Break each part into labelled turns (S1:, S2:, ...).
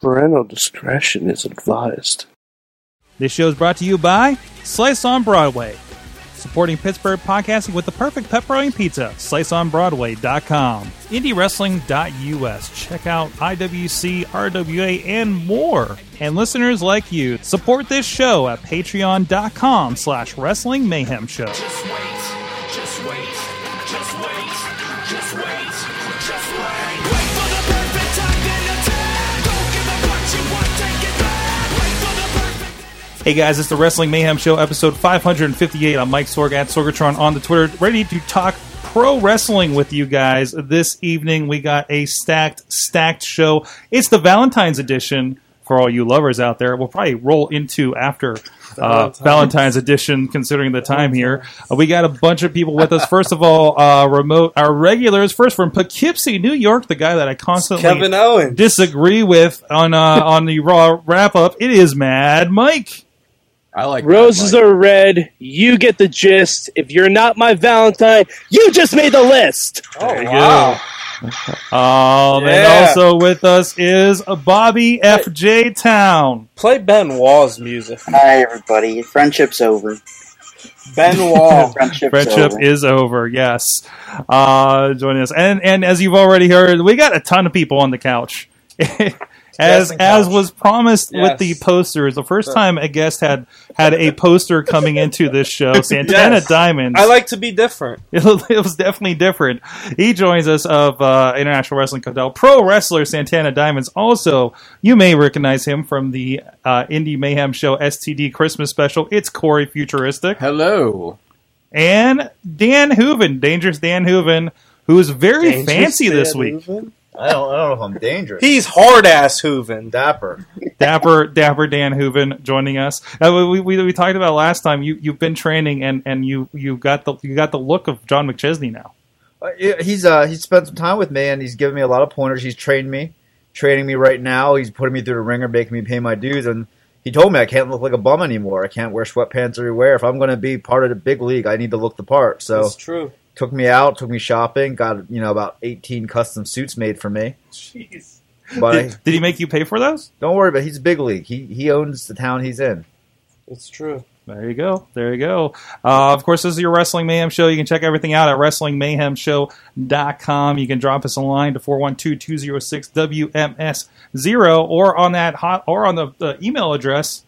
S1: Parental discretion is advised.
S2: This show is brought to you by Slice on Broadway, supporting Pittsburgh podcasting with the perfect pepperoni pizza. SliceOnBroadway.com, IndieWrestling.us. Check out IWC, RWA, and more. And listeners like you, support this show at Patreon.com/slash Wrestling Mayhem Show.
S3: Just wait, just wait, just wait, just wait, just wait. Wait for the perfect time, then attack. Don't give up what you want, take it back. Wait for the perfect.
S2: Hey guys, it's the Wrestling Mayhem Show, episode 558. I'm Mike Sorg at Sorgatron on the Twitter, ready to talk pro wrestling with you guys this evening. We got a stacked, stacked show. It's the Valentine's edition for all you lovers out there. We'll probably roll into after uh, Valentine's edition, considering the time here. Uh, we got a bunch of people with us. First of all, uh, remote our regulars. First from Poughkeepsie, New York, the guy that I constantly
S4: Kevin Owens.
S2: disagree with on uh, on the Raw wrap up. It is Mad Mike.
S5: I like
S6: Roses are red. You get the gist. If you're not my Valentine, you just made the list.
S4: Oh, wow.
S2: Um, And
S4: Yeah.
S2: also with us is Bobby FJ Town.
S4: Play Ben Wall's music.
S7: Hi, everybody. Friendship's over.
S4: Ben Wall.
S7: Friendship's
S2: Friendship
S7: over.
S2: is over. Yes, uh, joining us, and and as you've already heard, we got a ton of people on the couch. As,
S4: Guest and
S2: as
S4: couch.
S2: was promised with
S4: Yes.
S2: the posters, the first time a guest had had a poster coming into this show, Santana
S4: Yes.
S2: Diamonds.
S4: I like to be different.
S2: It was, it was definitely different. He joins us of uh, International Wrestling Cartel, pro wrestler Santana Diamonds. Also, you may recognize him from the uh, Indie Mayhem Show STD Christmas special. It's Corey Futuristic
S5: Hello.
S2: and Dan Hooven, Dangerous Dan Hooven, who is very fancy this week.
S5: I don't, I don't know if I'm dangerous.
S4: He's hard ass Hooven.
S5: Dapper.
S2: Dapper, Dapper Dan Hooven joining us. Uh, we, we, we talked about last time. You you've been training and, and you you got the you got the look of John McChesney now.
S5: Uh, yeah, He's uh, he's spent some time with me, and he's given me a lot of pointers. He's trained me, training me right now. He's putting me through the ringer, making me pay my dues. And he told me I can't look like a bum anymore. I can't wear sweatpants everywhere. If I'm going to be part of the big league, I need to look the part. So
S4: That's true.
S5: took me out, took me shopping, got you know about 18 custom suits made for me.
S2: Jeez,
S5: But I,
S2: did, did he make you pay for those?
S5: don't worry, but he's big league. He he owns the town he's in.
S4: It's true.
S2: There you go. There you go. Uh, of course, this is your Wrestling Mayhem Show. You can check everything out at WrestlingMayhemShow.com. You can drop us a line to 412-206-WMS0 or on that hot or on the, the email address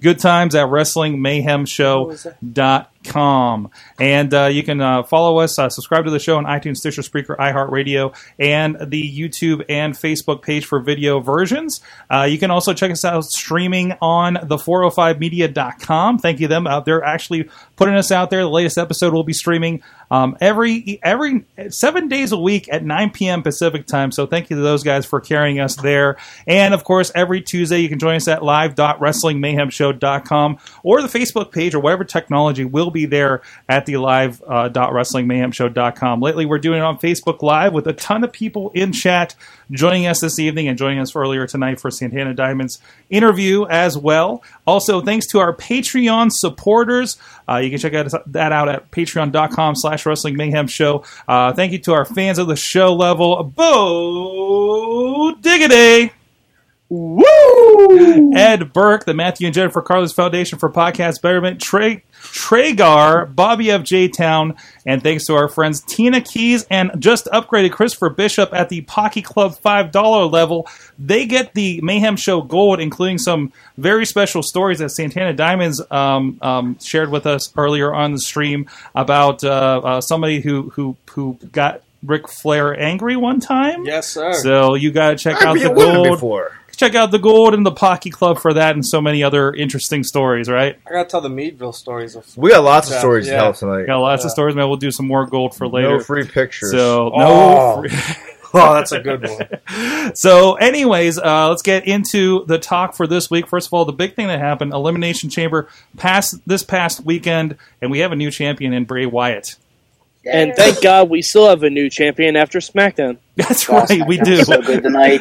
S2: good times at WrestlingMayhemShow.com. And uh, you can uh, follow us, uh, subscribe to the show on iTunes, Stitcher, Spreaker, iHeartRadio, and the YouTube and Facebook page for video versions. Uh, you can also check us out streaming on the405media.com. Thank you them. Uh, they're actually putting us out there. The latest episode will be streaming um, every every seven days a week at 9 p.m. Pacific time. So thank you to those guys for carrying us there. And of course, every Tuesday you can join us at live.wrestlingmayhemshow.com or the Facebook page or whatever technology will be there at the live uh, dot wrestlingmayhemshow.com. Lately, we're doing it on Facebook Live with a ton of people in chat joining us this evening and joining us earlier tonight for Santana Diamond's interview as well. Also, thanks to our Patreon supporters. Uh, you can check out, that out at patreon.com slash wrestling mayhem show. Uh, thank you to our fans of the show level. Bo Diggity! Woo! Ed Burke, the Matthew and Jennifer Carlos Foundation for Podcast Betterment, Trey, Tragar, Bobby of J Town, and thanks to our friends Tina Keys and just upgraded Christopher Bishop at the Pocky Club $5 level. They get the Mayhem Show Gold, including some very special stories that Santana Diamonds um, um, shared with us earlier on the stream about uh, uh, somebody who, who, who got Ric Flair angry one time.
S4: Yes, sir.
S2: So you gotta check out
S5: I've
S2: the
S5: been a woman
S2: gold
S5: before.
S2: check out the gold and the Pocky Club for that and so many other interesting stories, right?
S4: I gotta tell the Meadville stories. Of-
S5: We got lots of
S4: Yeah,
S5: stories
S4: yeah.
S5: to tell tonight.
S2: Got lots of stories, man. We'll do some more gold for later.
S5: No free pictures.
S2: so
S4: Oh.
S2: no free-
S4: oh, that's a good one.
S2: so anyways, uh, let's get into the talk for this week. First of all, the big thing that happened, Elimination Chamber passed this past weekend, and we have a new champion in Bray Wyatt.
S6: And thank God we still have a new champion after SmackDown.
S2: That's
S7: Last
S2: right,
S7: night
S2: we
S7: was
S2: do.
S7: So good tonight.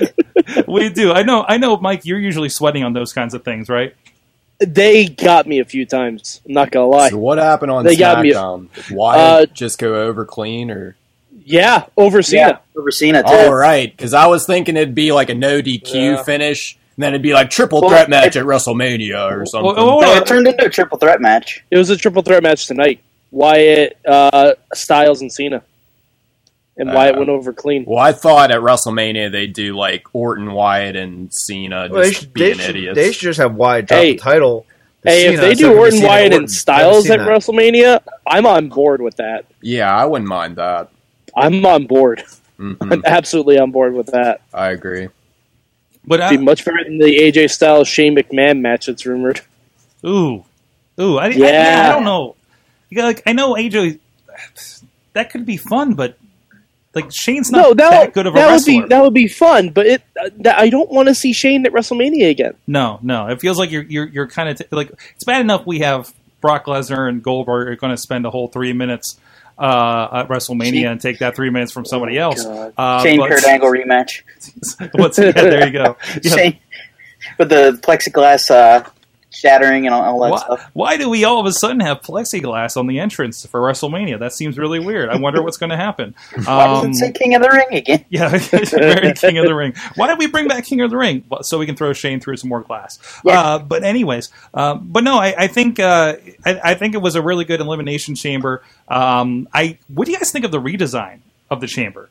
S2: we do. I know I know Mike, you're usually sweating on those kinds of things, right?
S6: They got me a few times. I'm not gonna lie.
S8: So what happened on um,
S6: They got me-
S8: SmackDown? Did Wyatt
S6: Uh,
S8: just go over clean, or
S6: Yeah, over
S7: Yeah,
S6: Cena.
S7: over Cena too.
S8: All right, because I was thinking it'd be like a no DQ
S4: Yeah.
S8: finish, and then it'd be like triple
S7: Well,
S8: threat match
S7: it-
S8: at WrestleMania or something.
S2: Well, hold
S7: No,
S8: oh.
S2: on.
S7: it turned into a triple threat match.
S6: It was a triple threat match tonight. Wyatt, uh, Styles, and Cena. And
S8: Uh,
S6: Wyatt went over clean.
S8: Well, I thought at WrestleMania they'd do like Orton, Wyatt, and Cena just
S5: Well, they, should, they,
S8: being
S5: should,
S8: idiots.
S5: they should just have Wyatt drop
S6: Hey.
S5: the title. to
S6: Hey, if
S5: Cena
S6: they
S5: so it
S6: do
S5: can be
S6: Orton,
S5: Cena
S6: Wyatt,
S5: Orton.
S6: and Styles
S5: Cena.
S6: at WrestleMania, I'm on board with that.
S8: Yeah, I wouldn't mind that.
S6: I'm on board.
S8: Mhm.
S6: I'm absolutely on board with that.
S8: I agree.
S2: But
S6: It'd
S2: I,
S6: be much better than the AJ Styles Shane McMahon match that's rumored.
S2: Ooh, ooh, I, I, yeah,
S6: Yeah.
S2: I don't know. You got, like I know AJ, that could be fun, but like Shane's not
S6: no, that,
S2: that good of a
S6: that would
S2: wrestler.
S6: be that would be fun, but it uh, that, I don't want to see Shane at WrestleMania again.
S2: no, no, it feels like you're you're you're kind of t- like it's bad enough we have Brock Lesnar and Goldberg are going to spend a whole three minutes uh, at WrestleMania
S7: Shane-
S2: and take that three minutes from somebody
S6: Oh
S2: else.
S7: God.
S2: Uh,
S7: Shane
S2: but-
S7: Kurt Angle rematch.
S2: what's yeah, there you go. Yeah.
S7: Shane with the plexiglass uh, shattering and all, all that
S2: Why,
S7: stuff.
S2: why do we all of a sudden have plexiglass on the entrance for WrestleMania? That seems really weird. I wonder what's going to happen. Um,
S7: Why does it say King of the Ring again?
S2: Yeah, very King of the Ring. Why did we bring back King of the Ring Well, so we can throw Shane through some more glass?
S7: Yeah.
S2: Uh, but anyways, um, but no, I, I think uh, I, I think it was a really good elimination chamber. Um, I what do you guys think of the redesign of the chamber?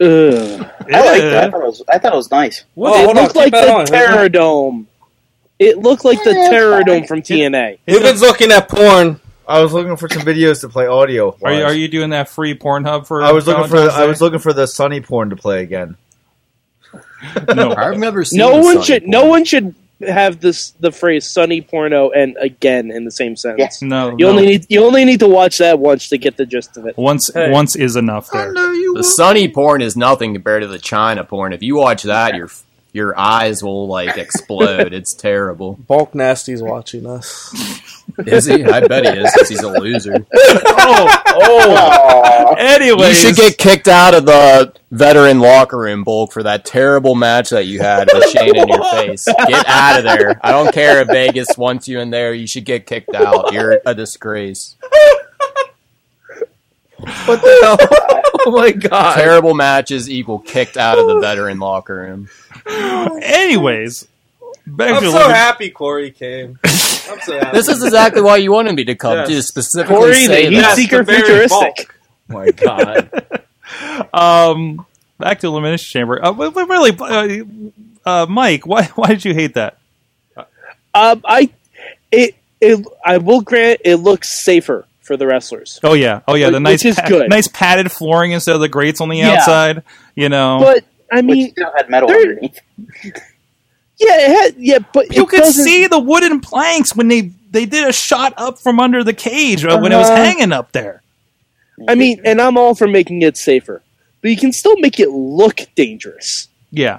S6: Ugh.
S7: I like that. I thought it was, I thought it was nice.
S4: Well,
S6: it
S4: hold on,
S6: looked like
S4: keep that
S6: the
S4: on.
S6: Terror Dome. It looked like the
S7: Yeah,
S6: Terror
S7: fine.
S6: Dome from TNA.
S4: Ruben's looking at porn.
S5: I was looking for some videos to play audio.
S2: Are you,
S5: wise.
S2: are you doing that free Pornhub for?
S5: I was looking for
S2: Valentine's
S5: I
S2: Day?
S5: was looking for the sunny porn to play again.
S2: no.
S8: I've never seen
S6: No one
S8: Sonic
S6: should.
S8: before.
S6: No one should have this the phrase "sunny porno" and "again" in the same sentence.
S7: Yes.
S2: No,
S6: You
S2: no.
S6: only need you only need to watch that once to get the gist of it.
S2: once.
S4: Hey.
S2: Once is enough. There.
S5: you.
S8: The sunny porn is nothing compared to the China porn. If you watch that, your your eyes will like explode. it's terrible.
S4: Bulk Nasty's watching us.
S8: Is he? I bet he is. 'cause He's a loser.
S2: Oh,
S7: Aw.
S8: You
S2: anyways,
S8: should get kicked out of the veteran locker room, Bulk, for that terrible match that you had with Shane in your face. Get out of there. I don't care if Vegas wants you in there. You should get kicked out. You're a disgrace.
S5: What the hell? Oh my god!
S8: Terrible matches equal kicked out of the veteran locker room.
S2: anyways. Back
S4: I'm
S2: to
S4: so
S2: Olivia-
S4: happy Corey came. I'm so happy.
S8: This is exactly why you wanted me to come
S4: Yes.
S8: to specifically
S6: Corey,
S8: say
S6: the heat
S8: that.
S4: Yes,
S6: seeker,
S4: the very
S6: futuristic.
S5: Oh my god!
S8: God.
S2: um, back to the elimination chamber. Uh, but- but really, uh, uh, Mike, why why did you hate that?
S6: Um, I it it I will grant it looks safer for the wrestlers,
S2: Oh yeah, oh yeah, the
S6: Which
S2: nice
S6: is good.
S2: nice padded flooring instead of the grates on the
S6: Yeah.
S2: outside. You know,
S6: but I
S7: Which
S6: mean,
S7: still had metal
S6: they're-
S7: underneath.
S6: yeah, it had, yeah, but
S2: you
S6: it
S2: could
S6: doesn't-
S2: see the wooden planks when they they did a shot up from under the cage uh, when it was
S6: Uh-huh.
S2: hanging up there.
S6: I mean, and I'm all for making it safer, but you can still make it look dangerous.
S2: Yeah,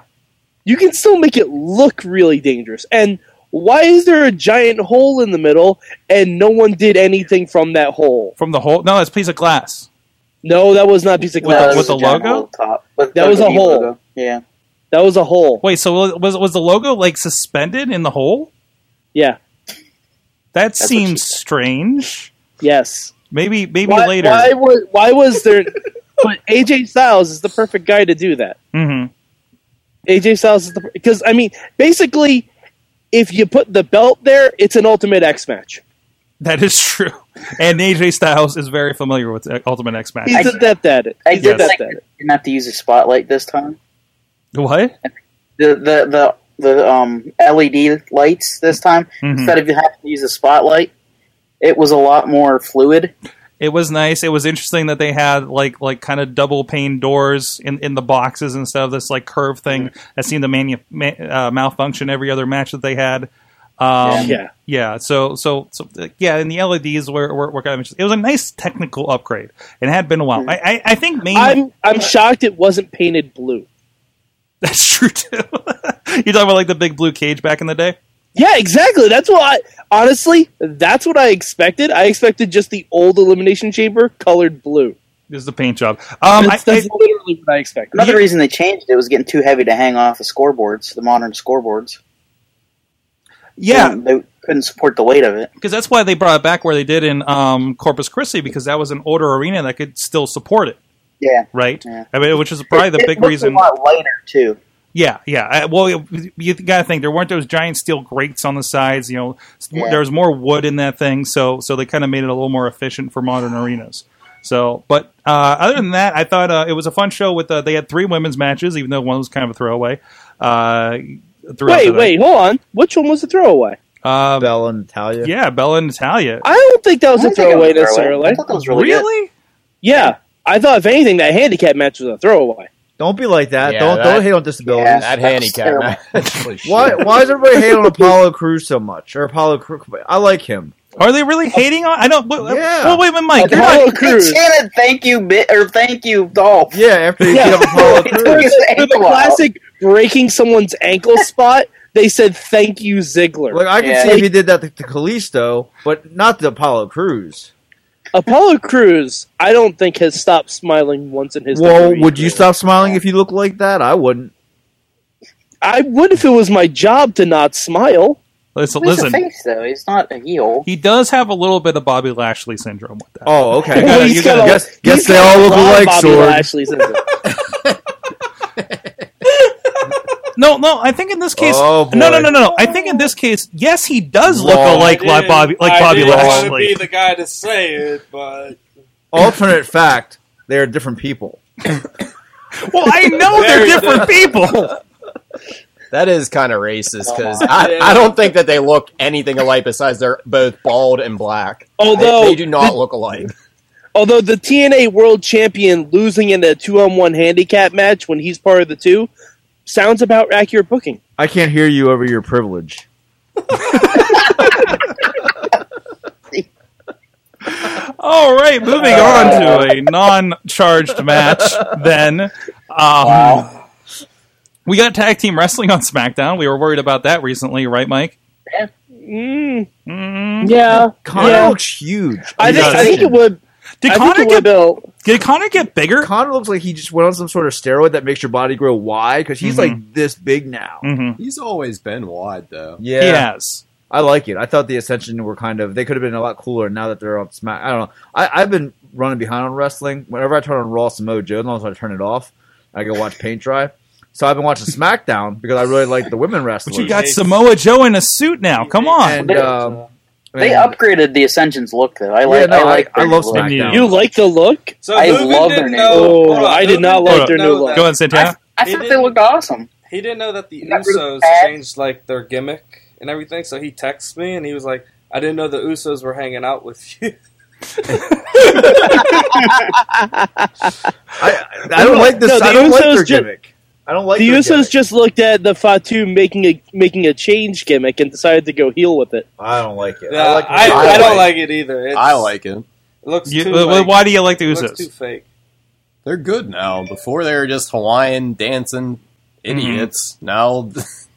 S6: you can still make it look really dangerous. And why is there a giant hole in the middle and no one did anything from that hole?
S2: from the hole. No, it's a piece of glass.
S6: No, that was not a piece of
S2: With the-
S6: glass.
S2: with the
S7: a giant
S2: logo?
S7: hole at the top. With
S6: That was a
S7: WWE
S6: hole.
S7: logo. Yeah.
S6: that was a hole.
S2: Wait, so was- was was the logo like suspended in the hole?
S6: Yeah.
S2: That
S7: what she
S2: seems
S7: said.
S2: strange.
S6: Yes.
S2: Maybe maybe
S6: Why,
S2: later.
S6: Why was why was there? but AJ Styles is the perfect guy to do that.
S2: hmm
S6: AJ Styles is the because I mean basically, if you put the belt there, it's an Ultimate X match.
S2: That is true. And AJ Styles is very familiar with Ultimate X Match.
S6: He's
S7: I-
S6: a depth at it.
S7: I
S6: He's
S7: did
S6: a
S7: like
S6: depth at
S7: that
S6: it.
S7: they didn't have to use a spotlight this time.
S2: What?
S7: The the the, the um, LED lights this time
S5: Mm-hmm.
S2: Mhm.
S7: instead of you having to use a spotlight, it was a lot more fluid.
S2: It was nice. It was interesting that they had like like kind of double pane doors in, in the boxes instead of this like curve thing that seemed to manu- ma- uh, malfunction every other match that they had. Um, yeah.
S6: Yeah.
S2: So so so uh, yeah, and the LEDs were were, were kind of interesting. It was a nice technical upgrade. It had been a while. I I, I think mainly
S6: I'm I'm shocked it wasn't painted blue.
S2: that's true too. you talking about like the big blue cage back in the day?
S6: Yeah, exactly. That's what I honestly, that's what I expected. I expected just the old elimination chamber colored blue.
S2: This is the paint job. Um, I,
S6: that's
S2: I,
S6: that's literally what I expected.
S7: Another reason they changed it was getting too heavy to hang off the scoreboards, the modern scoreboards.
S2: yeah,
S7: And they couldn't support the weight of it.
S2: because that's why they brought it back where they did in um, Corpus Christi because that was an older arena that could still support it.
S7: Yeah.
S2: right?
S7: Yeah.
S2: I mean, which is probably the
S7: It
S2: big
S7: looks
S2: reason.
S7: A lot lighter too.
S2: Yeah, yeah. I, well, it, you got to think there weren't those giant steel grates on the sides. You know, s-
S7: Yeah.
S2: there was more wood in that thing, so so they kind of made it a little more efficient for modern arenas. So, but uh, other than that, I thought uh, it was a fun show. With uh, they had three women's matches, even though one was kind of a throwaway. Uh, throughout
S6: Wait,
S2: the night.
S6: wait, hold on. Which one was the throwaway?
S2: Uh,
S5: Bella and Natalia.
S2: yeah, Bella and Natalia.
S6: I don't think that was a
S7: I think it
S6: throwaway
S7: was a throwaway.
S6: necessarily.
S7: I thought that was really, good.
S6: Yeah. I thought if anything that handicap match was a throwaway.
S5: Don't be like that.
S8: Yeah,
S5: don't
S8: that-
S5: don't hate on disabilities.
S8: That
S7: That's
S8: handicap
S7: terrible.
S8: match. Holy shit.
S5: Why why does everybody hate on Apollo Crews so much? Or Apollo Crews? I like him.
S2: Are they really hating on? I uh, don't. Wait,
S5: Yeah.
S2: well, wait a minute, Mike. You're
S6: Apollo
S2: not,
S7: They
S6: Crews.
S7: chanted "Thank you, bit" or "Thank you, Dolph."
S5: Yeah, after he
S6: Yeah.
S5: beat up Apollo Crews.
S6: For the, for the
S7: ankle out.
S6: classic breaking someone's ankle spot, they said thank you, Ziggler.
S5: Like I can
S7: Yeah.
S5: see if he did that to, to Kalisto, but not to Apollo Crews.
S6: Apollo Crews, I don't think has stopped smiling once in his.
S5: Well,
S6: WWE
S5: would you
S6: career.
S5: stop smiling if you look like that? I wouldn't.
S6: I would if it was my job to not smile.
S2: listen,
S7: He's a
S2: listen.
S7: face though. He's not a heel.
S2: He does have a little bit of Bobby Lashley syndrome with that.
S5: Oh, okay.
S2: gotta- you gotta-
S5: guess guess
S6: he's
S5: they
S6: got
S5: all
S6: a
S5: look
S6: lot of
S5: alike,
S6: Bobby
S5: Sword.
S6: Lashley's in it.
S2: No, no. I think in this case,
S5: Oh, boy.
S2: no, no, no, no, no. I think in this case, yes, he does look
S5: Wrong.
S2: alike like Bobby, like Bobby
S4: want to
S2: Lashley.
S4: be the guy to say it, but
S5: Alternate fact, they are different people.
S2: well, I know they're
S4: Very
S2: different people.
S8: That is kind of racist because
S7: Come
S8: I, I don't think that they look anything alike besides they're both bald and black. They,
S6: Although,
S8: they do not look alike.
S6: although the TNA World Champion losing in a two-on-one handicap match when he's part of the two sounds about accurate booking.
S5: I can't hear you over your privilege.
S2: All right, moving
S5: Oh.
S2: on to a non-charged match. Then, um, we got tag team wrestling on SmackDown. We were worried about that recently, right, Mike?
S6: Mm,
S2: Mm.
S6: yeah,
S5: Connor
S6: Yeah.
S5: looks huge.
S6: I think I think it would.
S2: Did
S6: I think
S2: Connor
S6: it would uh,
S2: get
S6: build.
S2: did Connor get bigger?
S5: Connor looks like he just went on some sort of steroid that makes your body grow wide because he's like this big now.
S2: mm-hmm.
S9: He's always been wide though.
S5: Yeah.
S2: Yes.
S5: I like it. I thought the Ascension were kind of they could have been a lot cooler now that they're on Smack. I don't know. I, I've been running behind on wrestling. Whenever I turn on Raw Samoa Joe, as long as I turn it off, I go watch paint dry. So I've been watching SmackDown because I really like the women
S2: But
S5: wrestlers.
S2: you got
S4: Yes.
S2: Samoa Joe in a suit now. Come on.
S5: and um,
S7: They
S5: and-
S7: upgraded the Ascension's look though. I like.
S5: Yeah, no,
S7: I like.
S5: I, I
S7: their
S5: love
S7: look.
S2: Smack-
S5: SmackDown.
S6: You like the look?
S4: so
S7: I
S4: Lubin
S7: love
S4: didn't know.
S7: their
S6: name.
S4: hold
S6: Oh,
S4: on,
S6: I did
S4: Lubin
S6: not like
S4: didn't
S6: their
S4: know
S6: new look.
S4: that-
S2: Go on, Santana.
S7: I
S4: He
S7: thought they
S4: didn't-
S7: looked awesome.
S4: He didn't know that the
S7: Got rid of
S4: Usos
S7: Pat.
S4: changed like their gimmick and everything. So he texts me and he was like, "I didn't know the Usos were hanging out with you."
S5: I, I don't like this.
S6: No, the
S5: I don't like
S6: Usos
S5: their
S6: ju-
S5: gimmick. I don't like
S6: the
S5: their
S6: Usos
S5: gimmick.
S6: just looked at the Fatu making a making a change gimmick and decided to go heel with it.
S5: I don't like it.
S4: Yeah,
S5: I like.
S4: I,
S5: it.
S4: I,
S8: I
S4: don't
S8: like-
S4: like it either. It's,
S9: I like him.
S4: It looks
S2: You-
S4: too.
S2: uh,
S4: like,
S2: why do you like the
S4: it looks too
S2: Usos?
S4: fake.
S9: They're good now. Before they were just Hawaiian dancing idiots.
S2: Mm-hmm.
S9: Now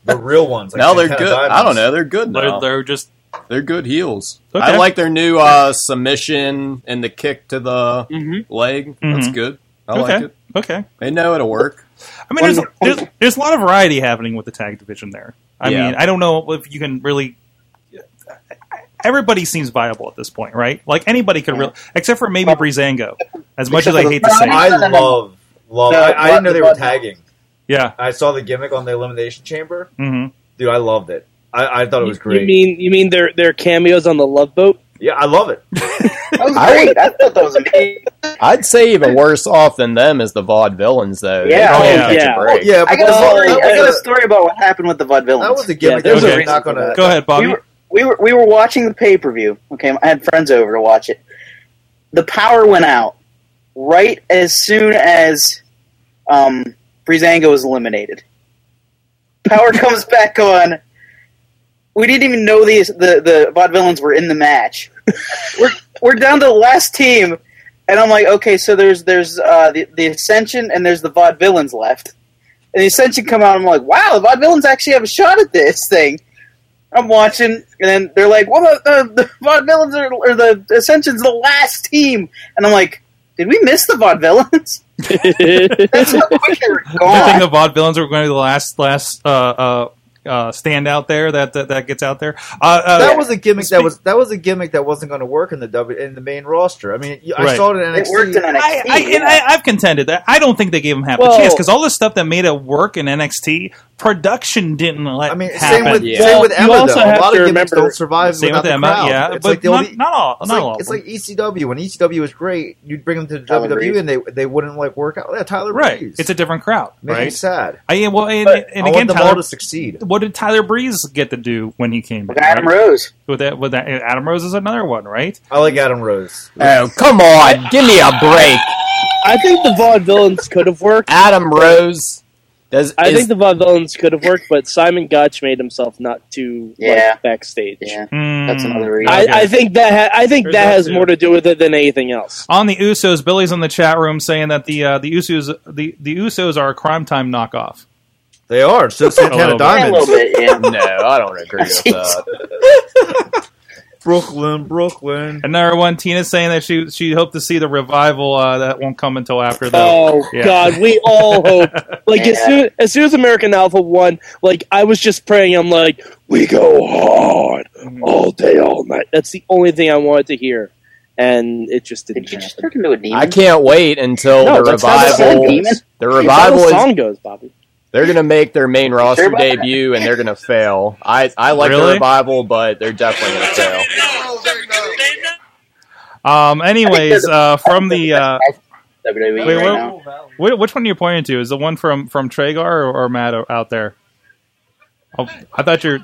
S5: the real ones. like
S9: now they're
S5: Santana
S9: good.
S5: Diamonds.
S9: I don't know. They're good
S2: They're,
S9: now. They're,
S2: they're just
S9: good heels.
S2: Okay.
S9: I like their new uh, submission and the kick to the
S4: Mm-hmm.
S9: leg. That's
S2: Mhm.
S9: good. I
S2: okay.
S9: like it.
S2: Okay.
S9: They know it'll work.
S2: I mean, there's, there's there's a lot of variety happening with the tag division there. I
S9: Yeah.
S2: mean, I don't know if you can really. Everybody seems viable at this point, right? Like anybody could, really, except for maybe Breezango. As much as I hate to say, it.
S5: I love love.
S7: No,
S5: I, I didn't
S7: but-
S5: know they were
S7: but-
S5: tagging.
S2: yeah.
S5: I saw the gimmick on the Elimination Chamber.
S2: hmm
S5: Dude, I loved it. I, I thought it was
S6: You
S5: great.
S6: mean you mean their their cameos on the Love Boat?
S5: yeah, I love it.
S7: That was great. I thought that was amazing.
S8: I'd say even worse off than them is the Vaude villains though. They
S7: Yeah.
S8: don't
S2: Oh,
S8: catch a
S6: yeah.
S8: break.
S5: Yeah,
S7: I got a story.
S5: that,
S7: I got a
S5: was
S7: story about what happened with the Vaude
S5: a, that was
S7: villains.
S5: a gimmick.
S6: Yeah,
S5: that was
S2: there's a
S5: really
S2: reason
S5: not
S7: for
S5: gonna.
S2: Go ahead, Bobby.
S7: we were we were we were watching the pay per view. Okay, I had friends over to watch it. The power went out right as soon as um, Breezango was eliminated. Power comes back on. We didn't even know these the the vaudevillains were in the match. we're we're down to the last team, and I'm like, okay, so there's there's uh, the the Ascension and there's the vaudevillains left. And the Ascension come out. I'm like, wow, the vaudevillains actually have a shot at this thing. I'm watching, and then they're like, "Well, the, the, the Vaudevillains are, or the Ascension's the last team," and I'm like, "Did we miss the Vaudevillains? That's how quick they were
S2: Good thing
S7: gone."
S2: the Vaude villains were going to be the last last uh, uh, uh, standout there that, that that gets out there. Uh, uh,
S5: that was a gimmick that was that was a gimmick that wasn't going to work in the W in the main roster. I mean, you- I
S2: Right.
S5: saw it in NXT.
S7: It worked in NXT.
S2: I, I, and
S7: yeah.
S2: I, I've contended that I don't think they gave him half a
S6: Well-
S2: chance because all the stuff that made it work in NXT production didn't let.
S5: I mean,
S2: happen.
S5: same with
S8: Yeah.
S5: same with
S6: Well, you
S5: Emma.
S6: also
S5: Though. A
S6: have
S5: lot
S6: to
S5: of gimmicks
S6: remember-
S5: don't survive
S2: same
S5: without
S2: with
S5: the
S2: Emma,
S5: crowd.
S2: yeah,
S5: it's
S2: but
S5: like the
S2: not,
S5: only,
S2: not all.
S5: It's
S2: not
S5: like,
S2: all. of
S5: it's
S2: them.
S5: like ECW. When ECW was great, you'd bring them to the
S7: Tyler
S5: WWE
S7: Breeze.
S5: and they they wouldn't like work out. Yeah, Tyler
S2: right.
S5: Breeze.
S2: It's a different crowd,
S5: Makes me
S2: right?
S5: sad.
S2: I, yeah, well, and,
S7: But
S2: and
S5: I
S2: again,
S5: want them all
S2: Tyler,
S5: to succeed.
S2: what did Tyler Breeze get to do when he came?
S7: With
S2: back,
S7: Adam
S2: right?
S7: Rose.
S2: With that, with that, Adam Rose is another one, right?
S5: I like Adam Rose.
S8: Oh, come on. Give me a break.
S6: I think the Vaughn villains could have worked.
S8: Adam Rose. Does
S6: I
S8: is-
S6: think the Vaughn villains could have worked, but Simon Gotch made himself not too
S7: Yeah.
S6: like, backstage.
S7: Yeah,
S2: Hmm.
S7: that's another reason.
S6: I, I think that ha- I think
S2: There's
S6: that
S2: that
S6: has
S2: too.
S6: more to do with it than anything else.
S2: On the Usos, Billy's in the chat room saying that the uh, the Usos the, the Usos are a crime time knockoff.
S5: They are. So Santana
S2: little bit.
S7: yeah, a
S5: Diamonds.
S7: little bit. Yeah.
S8: no, I don't agree with that.
S5: Brooklyn, Brooklyn.
S2: Another one, Tina's saying that she she hoped to see the revival uh, that won't come until after the
S6: Oh
S2: Yeah.
S6: God, we all hope. Like as
S7: Yeah.
S6: soon as soon as American Alpha won, like I was just praying. I'm like, we go hard
S4: Mm-hmm.
S6: all day, all night. That's the only thing I wanted to hear, and it just didn't.
S7: Did you just
S6: happen.
S7: turn into a demon?
S8: I can't wait until
S6: No,
S8: the
S6: that's not the same
S8: revival.
S7: demon.
S8: The
S6: That's how
S8: revival
S6: the
S8: is
S6: song goes, Bobby.
S8: They're gonna make their main roster
S7: about that?
S8: debut and they're gonna fail. I I like
S2: Really?
S8: the revival, but they're definitely gonna fail.
S2: Um. Anyways, uh, from the uh,
S7: WWE
S2: Wait,
S7: E right
S2: what-
S7: now.
S2: wh- which one are you pointing to? Is the one from from Tragar or, or Matt o- out there? Oh, I thought you're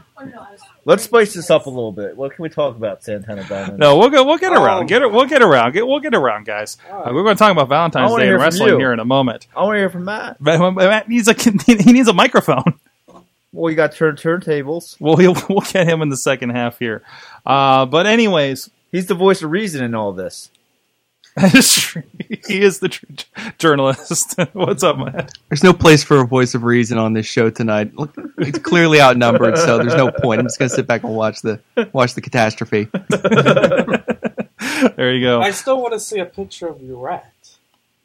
S5: Let's spice this up a little bit. What can we talk about, Santana Diamonds?
S2: no. We'll go. We'll
S6: Oh.
S2: get around.
S4: Um,
S2: Get it. We'll get around. Get. We'll get around, guys. Uh, we're going to talk about
S5: I
S2: Valentine's
S5: wanna
S2: Day
S5: hear
S2: and
S5: from
S2: wrestling
S5: you.
S2: here in a moment.
S5: I want to hear from Matt.
S2: Matt, Matt needs a he needs a microphone.
S5: Well, you got turn turntables.
S2: We'll we'll we'll get him in the second half here. Uh. But anyways,
S5: He's the voice of reason in all this.
S2: he is the tr- journalist. What's up, Matt?
S10: There's no place for a voice of reason on this show tonight. Look, it's clearly outnumbered, so there's no point. I'm just gonna sit back and watch the watch the catastrophe.
S2: There you go.
S4: I still want to see a picture of your rat.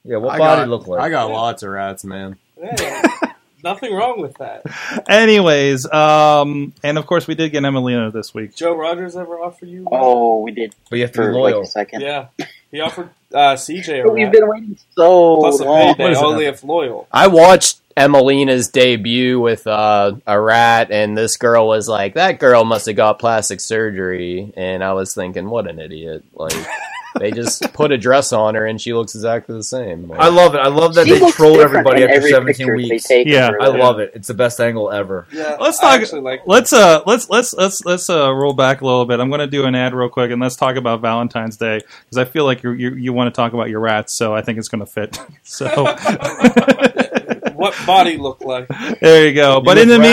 S5: Yeah, what
S9: I
S5: body
S9: got,
S5: look
S9: I
S5: like?
S9: got lots of rats, man.
S4: Yeah. Nothing wrong with that.
S2: Anyways, um, and of course we did get Emelina this week.
S4: Joe Rogers ever offered you? one?
S7: Oh, we did
S5: But you have to be
S7: for like
S5: loyal.
S7: a second.
S4: yeah. He offered uh, CJ a
S7: But We've
S4: rat.
S7: been waiting so
S4: Plus a
S7: long.
S2: What
S4: payday,
S2: is it?
S4: only if loyal.
S8: I watched Emelina's debut with uh, a rat, and this girl was like, "That girl must have got plastic surgery," and I was thinking, "What an idiot!" Like they just put a dress on her, and she looks exactly the same. Like,
S5: I love it. I love that
S7: She
S5: they
S7: looks
S5: troll
S7: different
S5: everybody
S7: in
S5: after
S7: every
S5: 17
S7: picture they
S5: weeks.
S7: take of
S2: Yeah,
S7: her.
S5: I love it. It's the best angle ever.
S4: Yeah,
S2: Let's
S4: I
S2: talk-
S4: actually like
S2: Let's uh let's let's let's let's uh roll back a little bit. I'm going to do an ad real quick and let's talk about Valentine's Day because I feel like you you you want to talk about your rats, so I think it's going to fit. So
S4: what body look like.
S2: there you go. But in the
S5: look rat.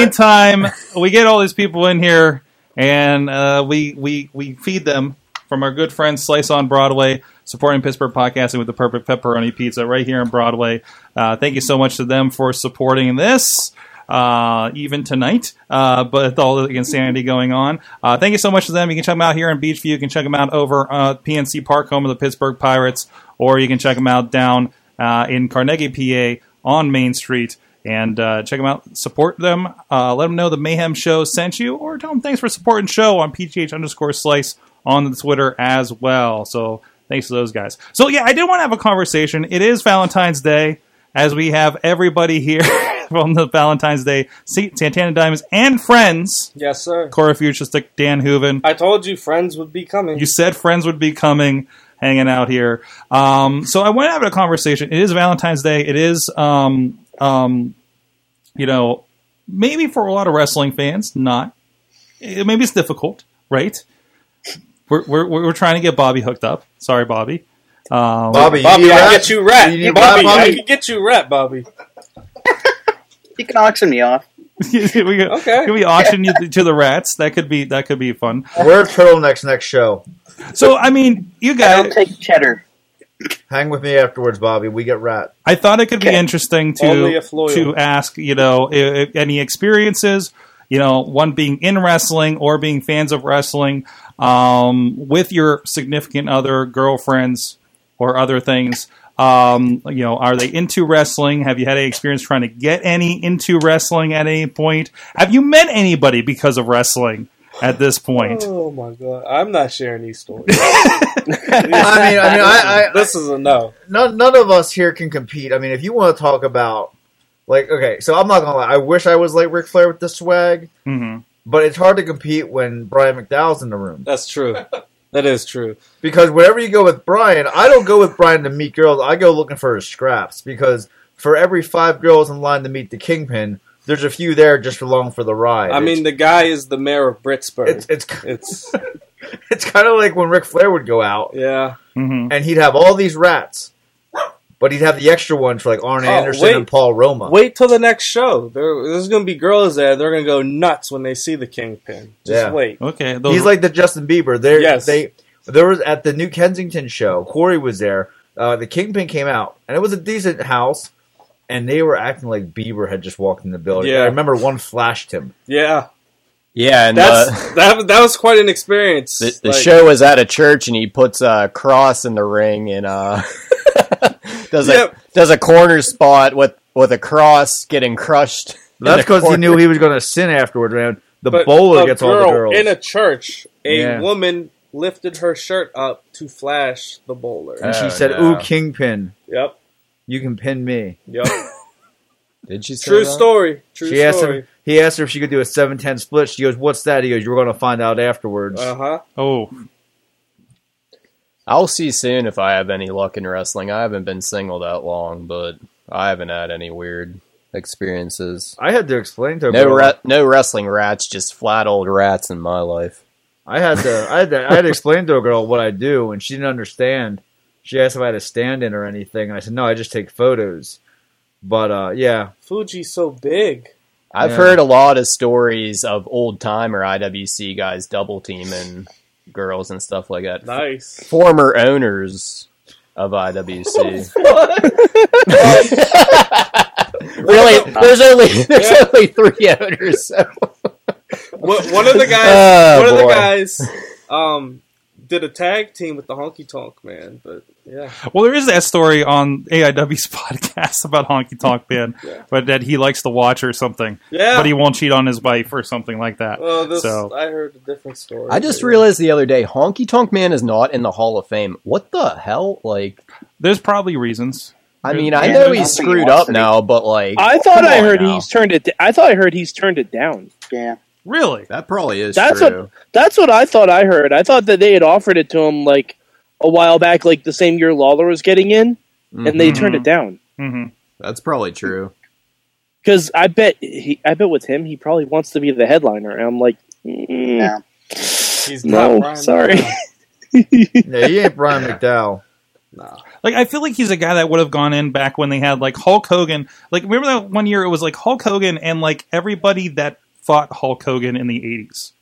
S2: meantime, we get all these people in here and uh, we we we feed them from our good friends Slice on Broadway, supporting Pittsburgh podcasting with the perfect pepperoni pizza right here on Broadway. Uh, thank you so much to them for supporting this. Uh, even tonight, uh, but with all the insanity going on. Uh, thank you so much to them. You can check them out here in Beachview. You can check them out over uh, PNC Park, home of the Pittsburgh Pirates, or you can check them out down uh, in Carnegie, PA, on Main Street. And uh, check them out. Support them. Uh, let them know the Mayhem Show sent you, or tell them thanks for supporting show on PGH underscore Slice on the Twitter as well. So thanks to those guys. So yeah, I did want to have a conversation. It is Valentine's Day as we have everybody here from the Valentine's Day Se- Santana Diamonds and friends.
S4: Yes, sir.
S2: Cora Futuristic, Dan Hooven.
S4: I told you friends would be coming.
S2: You said friends would be coming, hanging out here. Um, so I want to have a conversation. It is Valentine's Day. It is, um, um, you know, maybe for a lot of wrestling fans, not. It, maybe it's difficult, right? We're, we're, we're trying to get Bobby hooked up. Sorry, Bobby. Um,
S5: Bobby, you
S4: Bobby,
S5: need
S4: I
S5: rap?
S4: can get you rat.
S5: You need
S4: Bobby,
S5: rap,
S4: I
S5: Bobby?
S4: can get you rat, Bobby.
S7: You can auction me off.
S2: we could,
S4: Okay.
S2: Could we auction you to the rats? That could be that could be fun.
S5: Wear turtlenecks next show.
S2: So I mean, you
S7: I
S2: guys,
S7: don't take cheddar.
S5: Hang with me afterwards, Bobby. We get rat.
S2: I thought it could be
S7: Okay.
S2: interesting
S4: Only
S2: to
S4: if loyal.
S2: to ask, you know, i i any experiences, you know, one being in wrestling or being fans of wrestling um, with your significant other, girlfriends, or other things. Um, you know, are they into wrestling? Have you had any experience trying to get any into wrestling at any point? Have you met anybody because of wrestling at this point?
S4: Oh my god, I'm not sharing these stories.
S5: I mean, I mean, I, I,
S4: this is a no.
S5: none, none of us here can compete. I mean, if you want to talk about, like, okay, so I'm not gonna lie. I wish I was like Ric Flair with the swag,
S2: Mm-hmm.
S5: but it's hard to compete when Brian McDowell's in the room
S4: That's true. That is true.
S5: because wherever you go with Brian, I don't go with Brian to meet girls. I go looking for his scraps because for every five girls in line to meet the kingpin, there's a few there just along for the ride.
S4: I mean, the guy is the mayor of Britsburg.
S5: it's
S4: It's,
S5: it's it's, it's kind of like when Ric Flair would go out
S4: yeah.
S2: Mm-hmm.
S5: and he'd have all these rats, but he'd have the extra ones for like Arn
S4: Oh,
S5: Anderson
S4: wait.
S5: and Paul Roma.
S4: Wait till the next show. There, there's gonna be girls there. They're gonna go nuts when they see the kingpin. Just
S5: Yeah.
S4: wait.
S2: Okay, those,
S5: He's like the Justin Bieber. There,
S4: Yes.
S5: they there was at the New Kensington show. Corey was there. Uh, the Kingpin came out, and it was a decent house. And they were acting like Bieber had just walked in the building.
S4: Yeah.
S5: I remember one flashed him.
S4: Yeah,
S8: Yeah, and
S4: that's
S8: uh,
S4: that. That was quite an experience.
S8: the, the
S4: Like,
S8: show was at a church, and he puts a cross in the ring and uh, does
S4: Yep.
S8: a does a corner spot with with a cross getting crushed. in
S5: That's
S8: the
S5: because he
S8: corner.
S5: knew he was going to sin afterward. Man, the
S4: but
S5: bowler
S4: a
S5: gets all the
S4: girl
S5: girls.
S4: in a church. A
S5: Yeah.
S4: woman lifted her shirt up to flash the bowler.
S5: and she
S8: Oh,
S5: said,
S8: no.
S5: "Ooh, Kingpin,
S4: yep,
S5: you can pin me."
S4: yep.
S8: Did she say
S4: True
S8: that?
S4: story. True
S5: she asked
S4: story.
S5: him. He asked her if she could do a 7-10 split. She goes, "What's that?" He goes, "You're going to find out afterwards."
S4: Uh huh.
S2: oh,
S8: I'll see soon if I have any luck in wrestling. I haven't been single that long, but I haven't had any weird experiences.
S5: I had to explain to her.
S8: No,
S5: bro.
S8: ra- no wrestling rats, just flat old rats in my life.
S5: I had to, I had to, I had to explain to a girl what I do, and she didn't understand. She asked if I had a stand in or anything, and I said no, I just take photos. But uh, yeah,
S4: Fuji's so big.
S8: I've
S5: Yeah.
S8: heard a lot of stories of old timer IWC guys double teaming girls and stuff like that.
S4: Nice.
S8: Former owners of IWC. really, there's only there's
S4: Yeah.
S8: only three owners. So.
S4: Wha- One of the guys.
S8: Oh,
S4: one of the
S8: boy.
S4: guys. Um. Did a tag team with the Honky Tonk Man, but yeah,
S2: well, there is that story on AIW's podcast about Honky Tonk Man,
S4: Yeah.
S2: but that he likes to watch or something,
S4: yeah.
S2: but he won't cheat on his wife or something like that.
S4: well, this
S2: so
S4: I heard a different story.
S8: I just
S4: but-
S8: realized the other day, Honky Tonk Man is not in the Hall of Fame. What the hell? Like,
S2: there's probably reasons.
S8: I mean,
S2: Yeah,
S8: I know
S2: I
S8: he's
S7: think he
S8: screwed
S7: wants
S8: up
S7: to be.
S8: now, but like,
S6: I thought
S8: come
S6: I
S8: on
S6: heard
S8: now.
S6: he's turned it. d I I thought I heard he's turned it down.
S7: Yeah.
S2: Really?
S9: That probably is
S6: That's
S9: true.
S6: That's what I thought I heard. I thought that they had offered it to him like a while back, like the same year Lawler was getting in, and they
S2: Mhm.
S6: turned it down.
S2: hmm
S9: That's probably true.
S6: Because I bet he, I bet with him, he probably wants to be the headliner. And I'm like, mm,
S7: Yeah.
S4: He's
S6: no,
S4: not Brian
S6: sorry.
S4: Myers.
S5: yeah, he ain't Brian McDowell.
S4: Nah.
S2: Like I feel like he's a guy that would have gone in back when they had like Hulk Hogan. Like remember that one year it was like Hulk Hogan and like everybody that fought Hulk Hogan in the eighties,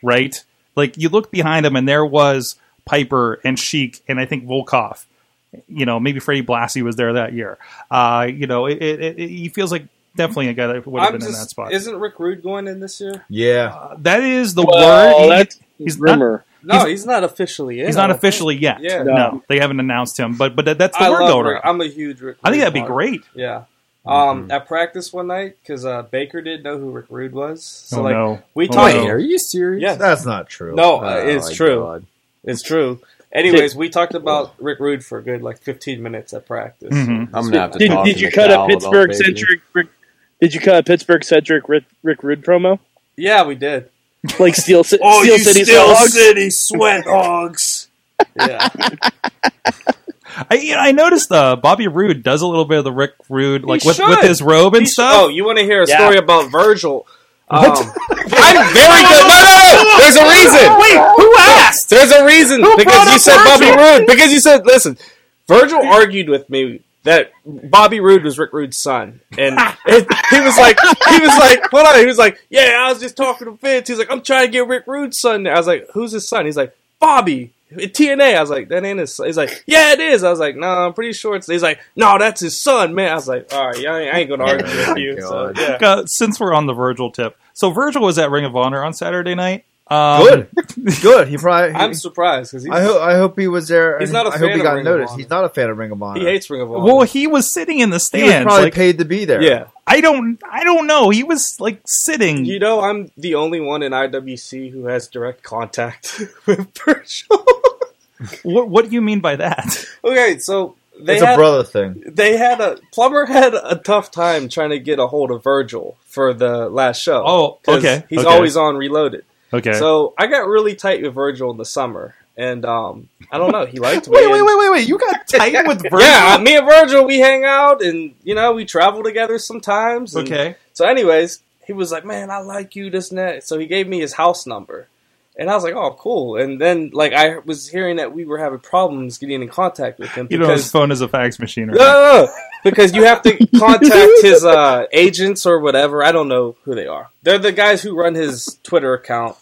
S2: right? Like you look behind him and there was Piper and Sheik and I think Volkov. You know, maybe Freddie Blassie was there that year. Uh, you know, it, it, it, he feels like definitely a guy that would have
S4: I'm
S2: been in that
S4: just,
S2: spot.
S4: isn't Rick Rude going in this year?
S5: Yeah,
S2: Uh, that is the
S6: Well,
S2: word. He-
S6: that's
S2: he's not-
S6: rumor.
S4: No, he's, not officially in.
S2: he's
S4: I
S2: not
S4: don't think.
S2: officially yet.
S4: Yeah.
S2: No. they haven't announced him, but but that, that's the
S4: I
S2: word
S4: love
S2: going
S4: Rick.
S2: around.
S4: I'm a huge Rick.
S2: I think
S4: Rude
S2: that'd be
S4: fan.
S2: great.
S4: Yeah.
S8: Mm-hmm.
S4: Um, At practice one night, because uh, Baker didn't know who Rick Rude was, so
S2: oh
S4: like
S2: no!
S4: we
S2: Oh,
S4: talked.
S2: no.
S8: Wait, are you serious?
S4: Yeah.
S5: that's not true.
S4: No,
S8: Oh,
S4: uh, it's
S8: my
S4: true.
S8: God.
S4: It's true. Anyways, we talked about Rick Rude for a good like 15 minutes at practice.
S2: Mhm.
S8: I'm gonna have to
S6: Did,
S8: talk
S6: did
S8: to
S6: you cut
S8: McDowell
S6: a
S8: about
S6: Pittsburgh
S8: Baby.
S6: centric? Rick, did you cut a Pittsburgh centric Rick, Rick Rude promo?
S4: Yeah, we did.
S6: Like Steel, Ci-
S2: Oh,
S6: Steel City Dogs?
S4: City sweat hogs. yeah,
S2: I, you know, I noticed uh, Bobby Roode does a little bit of the Rick Rude, like with,
S4: should.
S2: with his robe and
S4: He sh- Oh,
S2: stuff.
S4: you want to hear a
S6: Yeah.
S4: story about Virgil?
S8: What?
S4: Um,
S8: I'm very good. No, no, no. There's a reason. Wait, who asked?
S4: There's a reason because you said Bobby Roode. Because you said, listen, Virgil argued with me that Bobby Roode was Rick Roode's son, and it, he was like, he was like, hold on, he was like, yeah, I was just talking to Vince. He's like, I'm trying to get Rick Roode's son. There. I was like, who's his son? He's like, Bobby. At TNA, I was like, that ain't his son. He's like, yeah, it is. I was like, no, I'm pretty sure it's. He's like, no, that's his son, man. I was like, all right, yeah, I ain't, I ain't gonna argue with you. So, yeah.
S2: Uh, since we're on the Virgil tip, so Virgil was at Ring of Honor on Saturday night, Um,
S5: Good, good. He probably. he-
S4: I'm surprised because
S5: I hope. I hope he was there.
S4: He's
S5: and
S4: not a
S5: I
S4: fan
S5: hope he
S4: of
S5: got
S4: Ring of
S5: noticed.
S4: Honor.
S5: He's not a fan of Ring of Honor.
S4: he hates Ring of Honor.
S2: Well, he was sitting in the
S5: He was
S2: stands.
S5: probably
S2: Like,
S5: paid to be there.
S4: yeah,
S2: I don't, I don't know. He was like sitting.
S4: you know I'm the only one in IWC who has direct contact with Virgil.
S2: What, what do you mean by that?
S4: okay, so they
S5: it's
S4: had
S5: a brother thing.
S4: they had a plumber had a tough time trying to get a hold of Virgil for the last show.
S2: Oh,
S4: 'Cause
S2: okay,
S4: He's
S2: okay.
S4: always on Reloaded.
S2: Okay.
S4: So I got really tight with Virgil in the summer, and um, I don't know. He liked me.
S2: wait, wait,
S4: and-
S2: wait, wait, wait. You got tight with Virgil.
S4: Yeah, me and Virgil, we hang out, and you know, we travel together sometimes. and-
S2: Okay.
S4: So, anyways, he was like, "Man, I like you, this and that." So he gave me his house number, and I was like, "Oh, cool." And then, like, I was hearing that we were having problems getting in contact with him
S2: You know his
S4: because
S2: phone is a fax machine.
S4: no, no, no. because you have to contact his uh, agents or whatever. I don't know who they are. They're the guys who run his Twitter account.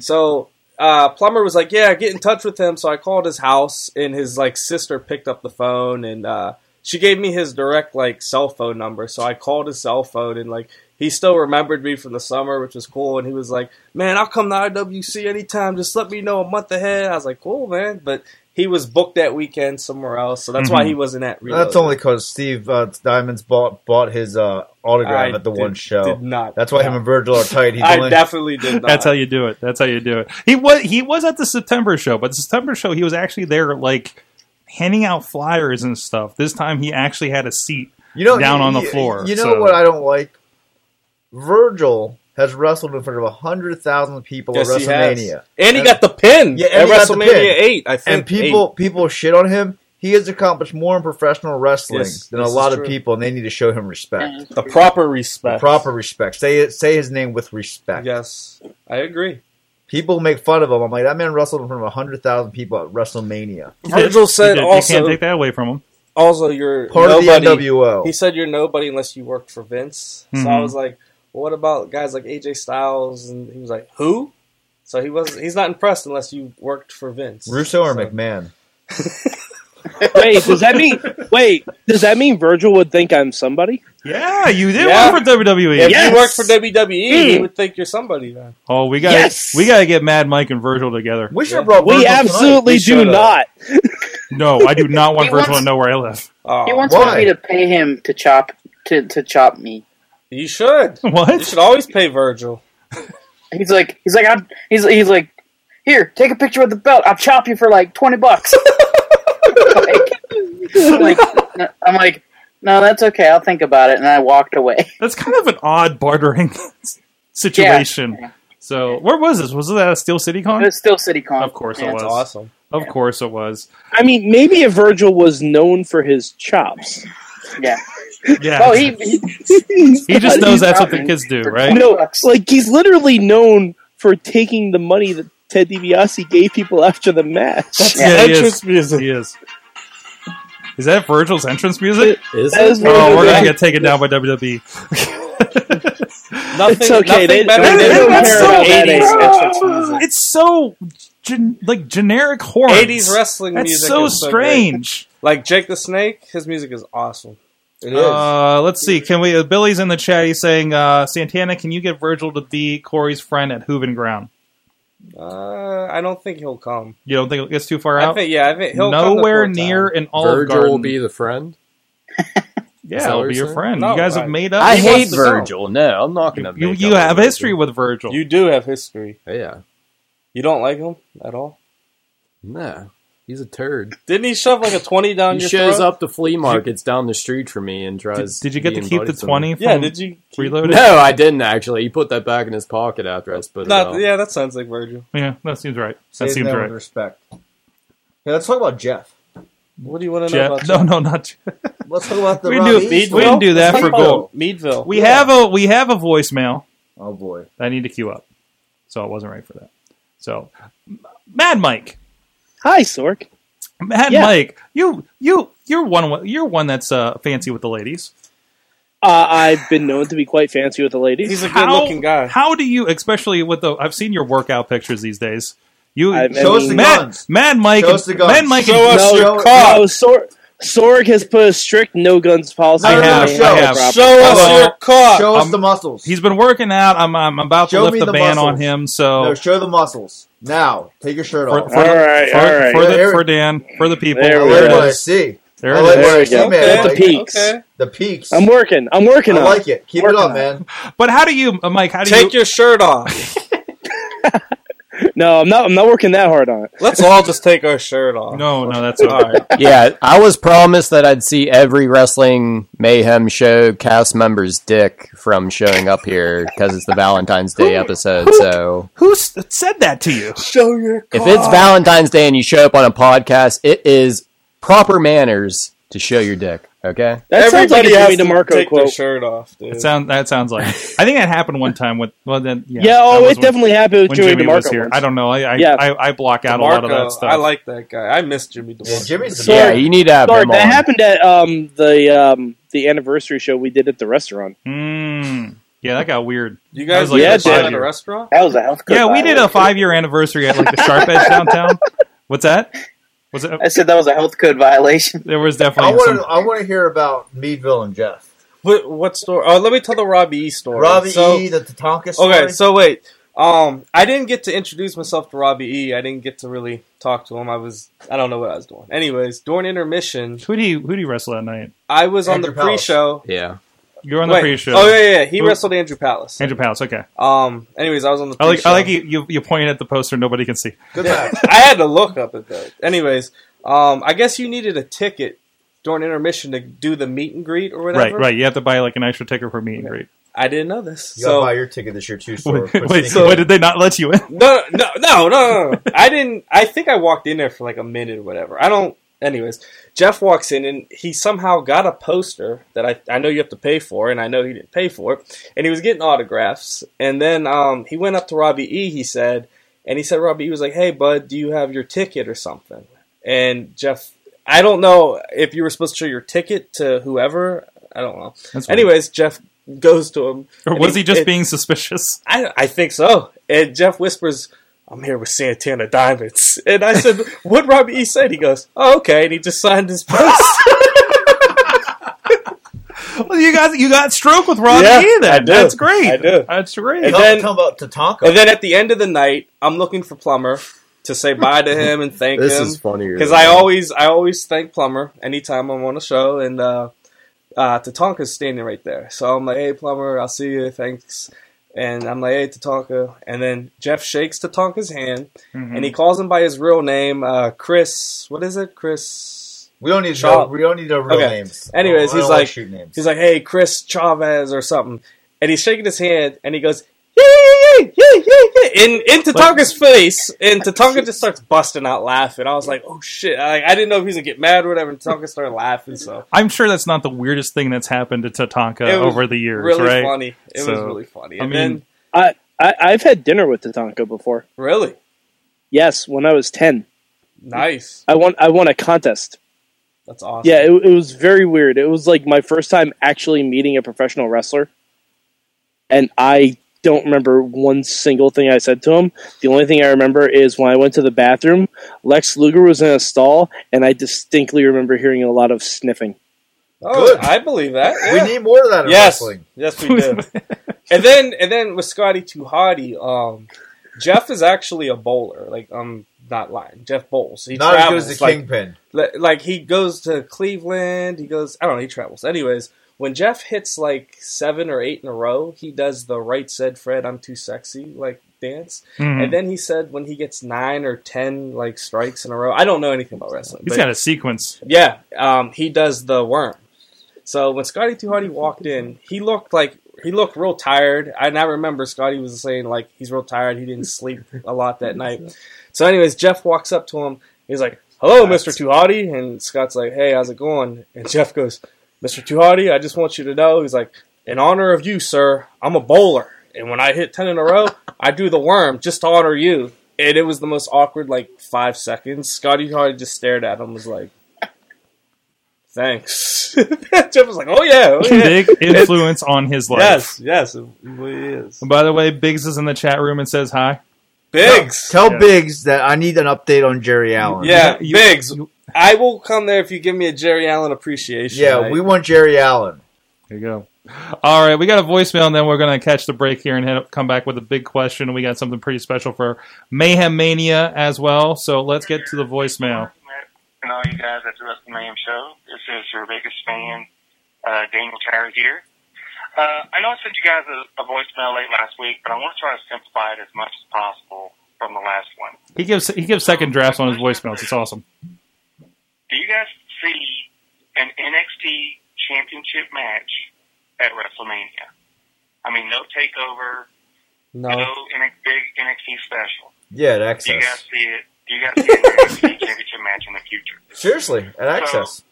S4: So uh, Plumber was like, "Yeah, get in touch with him." So I called his house, and his like sister picked up the phone, and uh, she gave me his direct like cell phone number. So I called his cell phone, and like he still remembered me from the summer, which was cool. And he was like, "Man, I'll come to IWC anytime. Just let me know a month ahead." I was like, "Cool, man," but. He was booked that weekend somewhere else, so that's why
S2: Mhm.
S4: he wasn't at. Reload.
S5: That's only because Steve uh, Diamonds bought bought his uh, autograph
S4: I
S5: at the
S4: did-
S5: one show.
S4: Did not.
S5: That's why him and Virgil are tight. He's
S4: I
S5: only,
S4: definitely did not.
S2: That's how you do it. That's how you do it. He was he was at the September show, but the September show he was actually there like handing out flyers and stuff. This time he actually had a seat.
S5: you know,
S2: down
S5: you-
S2: on the
S5: you-
S2: floor,
S5: You know
S2: so-
S5: what I don't like? Virgil has wrestled in front of hundred thousand people
S4: Yes,
S5: at
S4: he has.
S5: WrestleMania,
S4: And he got the pin
S5: Yeah,
S4: at
S5: and he got the
S4: WrestleMania
S5: pin.
S4: eight. I think
S5: and people people shit on him. He has accomplished more in professional wrestling
S4: Yes,
S5: than a
S4: this is
S5: lot of
S4: true.
S5: people, and they need to show him respect.
S4: eight. the proper respect.
S5: Proper respect. Say it. Say his name with respect.
S4: Yes, I agree.
S5: People make fun of him. I'm like, that man wrestled in front of hundred thousand people at WrestleMania.
S4: Virgil
S2: You
S4: said
S2: did- you can't
S4: also,
S2: take that away from him.
S4: also you're
S5: Part
S4: nobody.
S5: of the NWO.
S4: He said you're nobody unless you work for Vince. So I
S2: Mhm.
S4: was like, well, what about guys like AJ Styles? And he was like, who? So he was he's not impressed unless you worked for Vince.
S5: Russo or
S4: So-
S5: McMahon?
S6: Wait, does that mean wait? Does that mean Virgil would think I'm somebody?
S2: Yeah, you did
S4: Yeah.
S2: work for E. WWE.
S4: If
S6: Yes!
S4: you work for WWE, he
S6: Mm.
S4: would think you're somebody. Then.
S2: Oh, we got
S6: Yes!
S2: we got to get Mad Mike and Virgil together.
S5: We should have brought.
S6: We
S5: Virgil tonight.
S6: absolutely
S4: We
S6: do
S4: should've.
S6: not.
S2: No, I do not want
S7: He
S2: Virgil
S7: wants-
S2: to know where I live.
S4: Oh,
S7: He wants
S5: why?
S7: me to pay him to chop to, to chop me.
S4: you should. You
S2: What?
S4: should always pay Virgil.
S7: He's like he's like I'm, he's he's like here, take a picture with the belt. I'll chop you for like twenty bucks. like, I'm like I'm like no, that's okay. I'll think about it, and I walked away.
S2: That's kind of an odd bartering situation.
S7: Yeah.
S2: So, where was this? Was it at a Steel City
S7: It
S2: Con?
S7: was still CityCon.
S2: Of course it
S7: Yeah.
S2: was.
S4: That's awesome.
S2: Of course it was.
S6: I mean, maybe if Virgil was known for his chops.
S7: Yeah.
S2: Yeah.
S7: Oh, he, he
S2: He just knows that's what the
S7: Robin.
S2: kids do,
S7: For
S2: right?
S7: 20
S6: No,
S7: bucks.
S6: like he's literally known for taking the money that Ted DiBiase gave people after the match.
S2: Yeah, he
S4: Entrance
S2: is.
S4: music.
S2: He is. Is that Virgil's entrance music?
S9: Is
S6: That
S9: it?
S6: is
S2: Oh, we're
S6: really-
S2: gonna get taken down by E. WWE.
S4: Nothing,
S6: It's okay,
S4: nothing
S6: they-
S4: better
S6: they-
S2: they
S4: than
S2: don't care about that
S4: 80s
S2: age.
S4: entrance music.
S2: It's so gen- like generic horror.
S4: 80s wrestling
S2: That's
S4: music.
S2: so
S4: is so
S2: strange.
S4: great. like Jake the Snake, his music is awesome. It is.
S2: uh, let's see. Can we? Uh, Billy's in the chat. He's saying, uh, "Santana, can you get Virgil to be Corey's friend at Hooven Ground?"
S4: Uh, I don't think he'll come.
S2: You don't think it gets too far
S4: I
S2: out?
S4: think yeah, I think he'll come the
S2: Nowhere
S4: fourth
S2: near
S4: time.
S2: an Olive
S9: Virgil
S2: Garden.
S9: will be the friend.
S2: yeah,
S9: that what
S2: he'll be
S9: you're
S2: your
S9: saying?
S2: friend.
S4: No,
S2: you guys
S4: I-
S2: have made up.
S8: I
S4: He
S8: hate
S4: wants to know.
S8: Virgil. No, I'm not gonna.
S2: You
S8: make
S2: you
S8: up
S2: have
S8: with
S2: history with Virgil.
S4: You do have history.
S8: Virgil. Yeah,
S4: You don't like him at all.
S8: no, he's a turd.
S4: Didn't he shove like a twenty down
S8: He
S4: your
S8: shows
S4: throat?
S8: up to flea markets down the street from me and
S2: did,
S8: tries.
S2: did you get
S8: be
S2: to keep the
S8: invited to them.
S2: twenty?
S4: Yeah,
S2: from
S4: did you?
S2: Reloaded?
S8: No, I didn't actually. He put that back in his pocket after I spit it
S4: Not,
S8: out.
S4: yeah, that sounds like Virgil.
S2: Yeah, that seems right. That
S5: Say his
S2: seems
S5: name with
S2: right.
S5: respect. Yeah, let's talk about Jeff.
S4: What do you want to know
S2: Jeff,
S4: about?
S2: no, no, not Jeff.
S5: Let's talk about the
S2: We
S5: Rob
S2: do-
S5: East
S2: we didn't
S5: one.
S2: do that
S4: Let's
S2: for
S4: talk about
S2: gold.
S4: Meadville.
S2: We have a we have a voicemail
S5: Oh boy,
S2: that I need to queue up, so it wasn't right for that. So, M- Mad Mike,
S6: Hi, Sork.
S2: Mad
S6: Yeah.
S2: Mike, you you you're one you're one that's uh, fancy with the ladies.
S6: Uh, I've been known to be quite fancy with the
S4: He's
S6: ladies.
S4: a good-looking guy.
S2: How do you, especially with the? I've seen your workout pictures these days. You
S6: I've- I
S5: show us
S6: mean-
S5: the
S2: Mad,
S5: guns.
S2: Mad Mike,
S5: Show us the
S2: and,
S5: guns.
S2: Mad Mike,
S4: Show
S2: and,
S4: us
S5: No,
S4: your
S5: no,
S4: cock.
S6: No, Sork. Sorg has put a strict no guns policy.
S2: I
S6: on
S2: have,
S6: the
S2: I
S6: Manhattan
S2: have.
S6: property.
S4: Show us
S2: Hello.
S4: your cock.
S5: Show us
S2: Um,
S5: the muscles.
S2: He's been working out. I'm, I'm about to
S5: Show
S2: lift
S5: me
S2: the,
S5: the
S2: ban on
S5: muscles.
S2: him. So
S5: No, show the muscles. Now, take your shirt
S2: for,
S5: off.
S2: for
S6: All
S2: the,
S6: right,
S2: for,
S6: all right.
S2: for the,
S5: There-
S2: for Dan, for the people.
S6: There
S5: I
S6: we
S5: like
S2: There
S5: what
S2: it
S5: I
S2: is.
S5: see.
S2: There
S5: I
S2: it
S5: like
S2: is.
S5: what I
S6: There
S5: see,
S6: we go.
S5: man.
S6: With the
S5: Like,
S6: peaks.
S5: The peaks.
S6: I'm working. I'm working
S5: I
S6: on
S5: like it. Keep it
S6: Working
S5: up,
S6: on
S5: man.
S2: But how do you, uh, Mike? How do
S4: Take
S2: you?
S4: your shirt off.
S6: it. No, I'm not. I'm not working that hard on it.
S4: Let's all just take our shirt off.
S2: no, no, that's all right.
S8: yeah, I was promised that I'd see every wrestling mayhem show cast member's dick from showing up here because it's the Valentine's Day episode. So
S2: Who s- said that to you?
S8: if it's Valentine's Day and you show up on a podcast, it is proper manners to show your dick. Okay.
S6: That sounds like a
S4: Everybody
S6: Jimmy
S4: has to
S6: DeMarco
S4: take their
S6: quote.
S4: shirt off, dude.
S2: It sound that sounds like. I think that happened one time with. Well, then yeah.
S6: Yeah, oh,
S2: that
S6: it
S2: was when-
S6: definitely happened with
S2: When
S6: Jimmy,
S2: Jimmy
S6: DeMarco.
S2: was here,
S6: once.
S2: I don't know. I I,
S6: Yeah.
S2: I, I block out a lot of
S4: DeMarco,
S2: that stuff.
S4: I like that guy. I miss Jimmy DeMarco.
S5: Yeah, Jimmy's
S6: So-
S5: the
S8: Yeah, you need to have
S6: Sorry,
S8: him
S6: that
S8: on.
S6: happened at um, the um, the anniversary show we did at the restaurant.
S2: Mm. Yeah, that got weird.
S4: You
S2: That
S4: guys
S2: was like
S6: a
S4: yeah,
S6: five
S4: at a
S2: year.
S4: restaurant?
S7: That was a health code.
S2: yeah, we did a
S7: violation.
S2: five year anniversary at like the Sharp Edge downtown. What's that? Was it?
S7: I said that was a health code violation.
S2: There was
S5: I
S2: definitely.
S5: want
S2: Some,
S5: to. I want to hear about Meadville and Jeff.
S4: What, what story? Oh, let me tell the Robbie E story.
S5: Robbie
S4: So-
S5: E, the Tatanka story.
S4: Okay, so wait. Um, I didn't get to introduce myself to Robbie E. I didn't get to really talk to him. I was, I don't know what I was doing. Anyways, during intermission,
S2: who do you who do you wrestle that night?
S4: I was on the
S5: Andrew Palace.
S4: pre-show.
S8: Yeah.
S2: You're on the
S4: Wait.
S2: pre-show.
S4: Oh yeah, yeah. yeah. He
S2: Who-
S4: wrestled Andrew Palace.
S2: Andrew Palace. Okay.
S4: Um. Anyways, I was on the.
S2: I like
S4: pre-show.
S2: I like you you, you pointed at the poster nobody can see.
S5: good match.
S4: I had to look up at that. Anyways, um, I guess you needed a ticket during intermission to do the meet and greet or whatever.
S2: Right, right. You have to buy like an extra ticket for meet and greet.
S4: I didn't know this.
S5: You gotta
S4: so
S5: buy your ticket this year too. Sure.
S2: Wait, wait, so wait, did they not let you in?
S4: no, no, no, no, no, no. I didn't. I think I walked in there for like a minute or whatever. I don't. Anyways, Jeff walks in and he somehow got a poster that I, I know you have to pay for, and I know he didn't pay for it. And he was getting autographs, and then um, he went up to Robbie E. He said, and he said Robbie E. was like, "Hey, bud, do you have your ticket or something?" And Jeff, I don't know if you were supposed to show your ticket to whoever. I don't know.
S2: That's weird.
S4: Anyways, Jeff goes to him.
S2: Or
S4: and
S2: was he just
S4: and-
S2: being suspicious?
S4: I, I think so. And Jeff whispers, I'm here with Santana Diamonds. And I said, What Robbie E said? He goes, Oh, okay. And he just signed his post.
S2: Well, you guys, you got stroke with Robbie
S4: Yeah,
S2: E. Then
S4: I do.
S2: that's great.
S4: I do.
S2: That's great.
S4: And
S5: Tell,
S4: then-
S5: tell about Tatanka.
S4: and then at the end of the night, I'm looking for Plumber to say bye to him and thank
S8: This
S4: him.
S8: is funnier.
S4: Because
S8: than-
S4: I always I always thank Plumber anytime I'm on a show, and uh, uh, Tatanka's standing right there. So I'm like, hey Plumber, I'll see you, thanks. And I'm like, hey Tatanka, and then Jeff shakes Tatanka's hand,
S5: Mm-hmm.
S4: and he calls him by his real name, uh, Chris. What is it, Chris?
S5: we don't need to
S4: Shaw.
S5: know, we don't need to know real
S4: Okay.
S5: names.
S4: Anyways,
S5: I don't
S4: he's
S5: like
S4: like-
S5: shoot names.
S4: He's like, hey Chris Chavez or something, and he's shaking his hand, and he goes. Yeah, yeah, yeah, yeah, yeah, yeah, in in Tatanka's face, and Tatanka just starts busting out laughing. I was like, "Oh shit!" I, I didn't know if he was gonna get mad or whatever. And Tatanka started laughing, so
S2: I'm sure that's not the weirdest thing that's happened to Tatanka
S4: It was
S2: over the years,
S4: really
S2: right?
S4: funny. It was
S2: So,
S4: really funny.
S2: I
S4: And
S2: mean-
S4: then
S6: I, I've had dinner with Tatanka before.
S4: really
S6: Yes, when I was ten,
S4: nice.
S6: I won. I won a contest.
S4: That's awesome.
S6: Yeah, it, it was very weird. It was like my first time actually meeting a professional wrestler, and I don't remember one single thing I said to him. The only thing I remember is when I went to the bathroom, Lex Luger was in a stall, and I distinctly remember hearing a lot of sniffing.
S4: oh,
S5: Good.
S4: I believe that.
S5: we
S4: yeah.
S5: need more of that in
S4: yes,
S5: wrestling.
S4: yes, we do. and then and then with Scotty Too Hotty, um, Jeff is actually a bowler. Like I'm not lying. Jeff bowls. He
S5: Not as good
S4: travels.
S5: as the
S4: like,
S5: Kingpin.
S4: li- like he goes to Cleveland. He goes. I don't know. He travels. Anyways. When Jeff hits like seven or eight in a row, he does the right said Fred, I'm too sexy like dance.
S2: Mhm.
S4: And then he said when he gets nine or ten like strikes in a row, I don't know anything about wrestling.
S2: He's
S4: but-
S2: got a sequence.
S4: yeah, um, he does the worm. So when Scotty Too Hardy walked in, he looked like he looked real tired. And I remember Scotty was saying like he's real tired. He didn't sleep a lot that night. So, anyways, Jeff walks up to him. He's like, "Hello, Mister Too Hardy," and Scott's like, "Hey, how's it going?" And Jeff goes, "Mister Too Hardy, I just want you to know." He's like, "In honor of you, sir, I'm a bowler, and when I hit ten in a row, I do the worm just to honor you." And it was the most awkward like five seconds. Scotty Hardy just stared at him, was like thanks. Jeff was like, oh yeah, oh, yeah.
S2: Big influence on his life.
S4: yes, yes, it really is.
S2: And by the way, Biggs is in the chat room and says hi.
S4: Biggs,
S5: Tell
S2: Yeah.
S5: Biggs that I need an update on Jerry Allen.
S4: yeah,
S2: You-
S4: Biggs.
S2: you-
S4: I will come there if you give me a Jerry Allen appreciation.
S5: Yeah,
S4: night.
S5: we want Jerry Allen.
S2: There you go. All right, we got a voicemail, and then we're going to catch the break here and head, come back with a big question. We got something pretty special for Mayhem Mania as well. So let's get to the voicemail.
S11: and all you guys at the Wrestling Mayhem Show. This is your biggest fan, uh, Daniel Tyler here. Uh, I know I sent you guys a, a voicemail late last week, but I want to try to simplify it as much as possible from the last one.
S2: He gives he gives second drafts on his voicemails. It's awesome.
S11: Do you guys see an NXT championship match at WrestleMania? I mean, no takeover,
S4: No.
S11: no N- big NXT special.
S5: Yeah, at
S11: Do you guys
S5: Access.
S11: see it? Do you guys see an NXT championship match in the future?
S5: Seriously, at Access.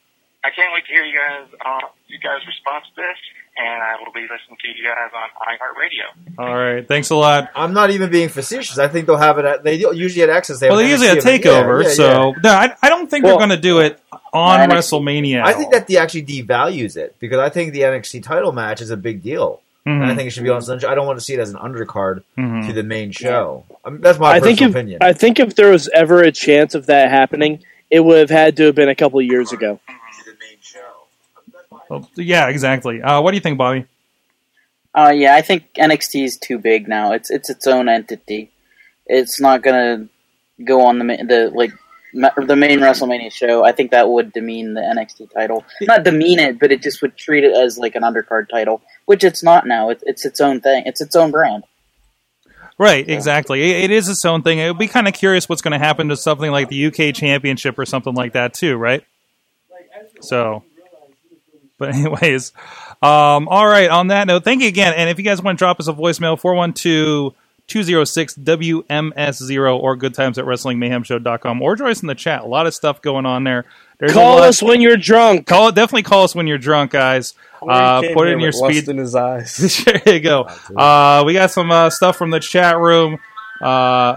S11: I can't wait to hear you guys uh, you guys' response to this, and I will be listening to you guys on iHeartRadio.
S2: All right, thanks a lot.
S5: I'm not even being facetious. I think they'll have it. At, they usually at Access. They
S2: Well,
S5: have
S2: they
S5: an
S2: usually a
S5: NXT event.
S2: takeover,
S5: Yeah, yeah,
S2: so no, I, I don't think
S7: Well-
S2: they're going to do it on
S7: Not NXT.
S2: WrestleMania.
S5: yeah. I think that the actually devalues it because I think the NXT title match is a big deal.
S2: Mhm.
S5: And I think it should be on. Sunshine. I don't want to see it as an undercard
S2: Mhm.
S5: to the main show. I mean, that's my
S6: I
S5: personal
S6: think if
S5: opinion.
S6: I think if there was ever a chance of that happening, it would have had to have been a couple of years ago.
S2: Well, yeah, exactly. Uh, what do you think, Bobby?
S7: Uh, yeah, I think NXT is too big now. It's it's its own entity. It's not gonna go on the ma- the like ma- the main WrestleMania show. I think that would demean the NXT title. Not demean it, but it just would treat it as like an undercard title, which it's not now. It's it's its own thing. It's its own brand.
S2: Right, exactly. It, it is its own thing. It would be kind of curious what's going to happen to something like the UK Championship or something like that too, right? So, but anyways, um, all right. On that note, thank you again. And if you guys want to drop us a voicemail, 412 206 WMS0 or good times at wrestlingmayhemshow.com or join us in the chat. A lot of stuff going on there. There's a
S6: Call
S2: lot-
S6: us when you're drunk.
S2: Call definitely call us when you're drunk, guys. Uh, put it in your speed
S4: in his eyes.
S2: there you go. Uh, we got some uh, stuff from the chat room. Uh,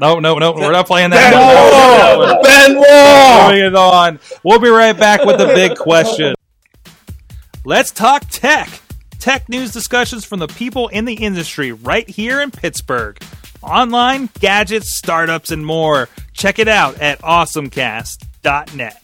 S2: no, no, no, we're not playing that. No, no, no.
S4: Ben Wall.
S2: Moving it on. We'll be right back with the big question. Let's talk tech. Tech news discussions from the people in the industry right here in Pittsburgh. Online, gadgets, startups, and more. Check it out at awesomecast.net.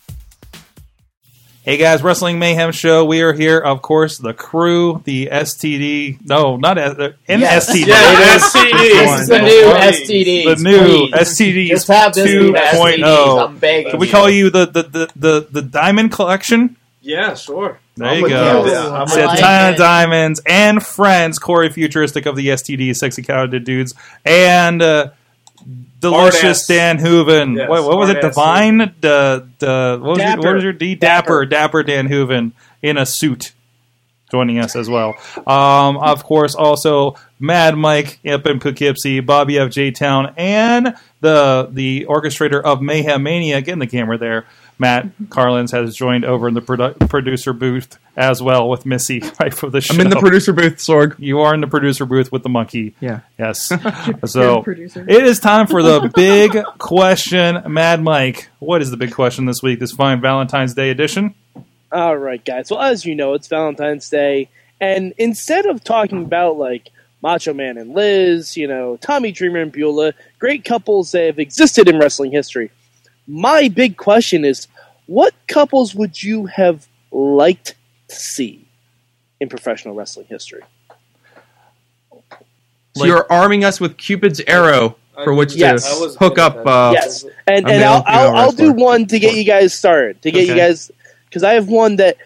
S2: Hey guys, Wrestling Mayhem Show. We are here, of course, the crew, the STD. No, not S- uh, NSTD.
S4: STD.
S2: This is
S4: the new STD.
S2: The new STD
S8: Just have this be the
S2: 2.0.
S8: STDs, I'm begging
S2: oh. Can we call you the the, the, the, the diamond collection?
S4: Yeah, sure.
S2: There
S5: I'm
S2: you
S5: with
S2: go.
S5: you.
S2: Yeah.
S5: I'm
S2: Santana
S5: with
S8: it.
S2: Diamonds and friends, Corey Futuristic of the STD, Sexy Cowarded Dudes, and uh, Delicious
S4: Hard-ass.
S2: Dan Hooven.
S4: Yes,
S2: what, what was it?
S4: hard-ass
S2: Divine? Da, da, what, was your, what
S6: Dapper.
S2: was your D? Dapper. Dapper Dan Hooven in a suit joining us as well. Um, of course, also Mad Mike up in Poughkeepsie, Bobby F. J. Town, and the the orchestrator of Mayhem Mania. Get in the camera there. Matt Carlins has joined over in the produ- producer booth as well with Missy right for the show.
S10: I'm in the producer booth, Sorg.
S2: you are in the producer booth with the monkey.
S10: Yeah.
S2: Yes. so
S12: producer.
S2: it is time for the big question, Mad Mike. What is the big question this week? This fine Valentine's Day edition.
S6: All right, guys. Well, as you know, it's Valentine's Day, and instead of talking about like Macho Man and Liz, you know, Tommy Dreamer and Beulah, great couples that have existed in wrestling history, my big question is, what couples would you have liked to see in professional wrestling history?
S10: So
S2: Like-
S10: you're arming us with Cupid's arrow for which to
S6: Yes.
S4: I was-
S10: hook up. Uh,
S6: yes, and
S10: I'm
S6: and
S10: the
S6: I'll
S10: only female
S6: I'll, I'll do
S10: wrestler.
S6: one to get you guys started to get you
S2: Okay.
S6: guys because I have one that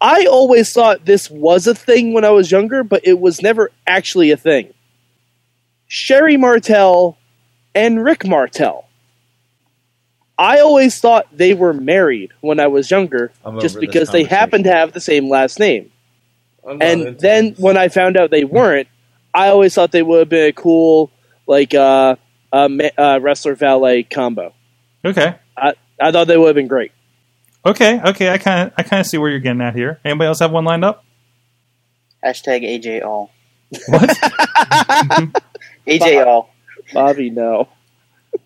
S6: I always thought this was a thing when I was younger, but it was never actually a thing. Sherry Martel and Rick Martel. I always thought they were married when I was younger,
S5: I'm over
S6: just
S5: this
S6: because they happened to have the same last name
S4: I'm not
S6: and
S4: into
S6: then
S4: this.
S6: when I found out they weren't, I always thought they would have been a cool like uh, uh, ma- uh, wrestler valet combo.
S2: Okay.
S6: I thought they would have been great.
S2: Okay, okay, I kind of, I kind of see where you're getting at here. Anybody else have one lined up?
S7: Hashtag AJ All.
S2: What?
S7: AJ All.
S6: Bobby, no,
S7: If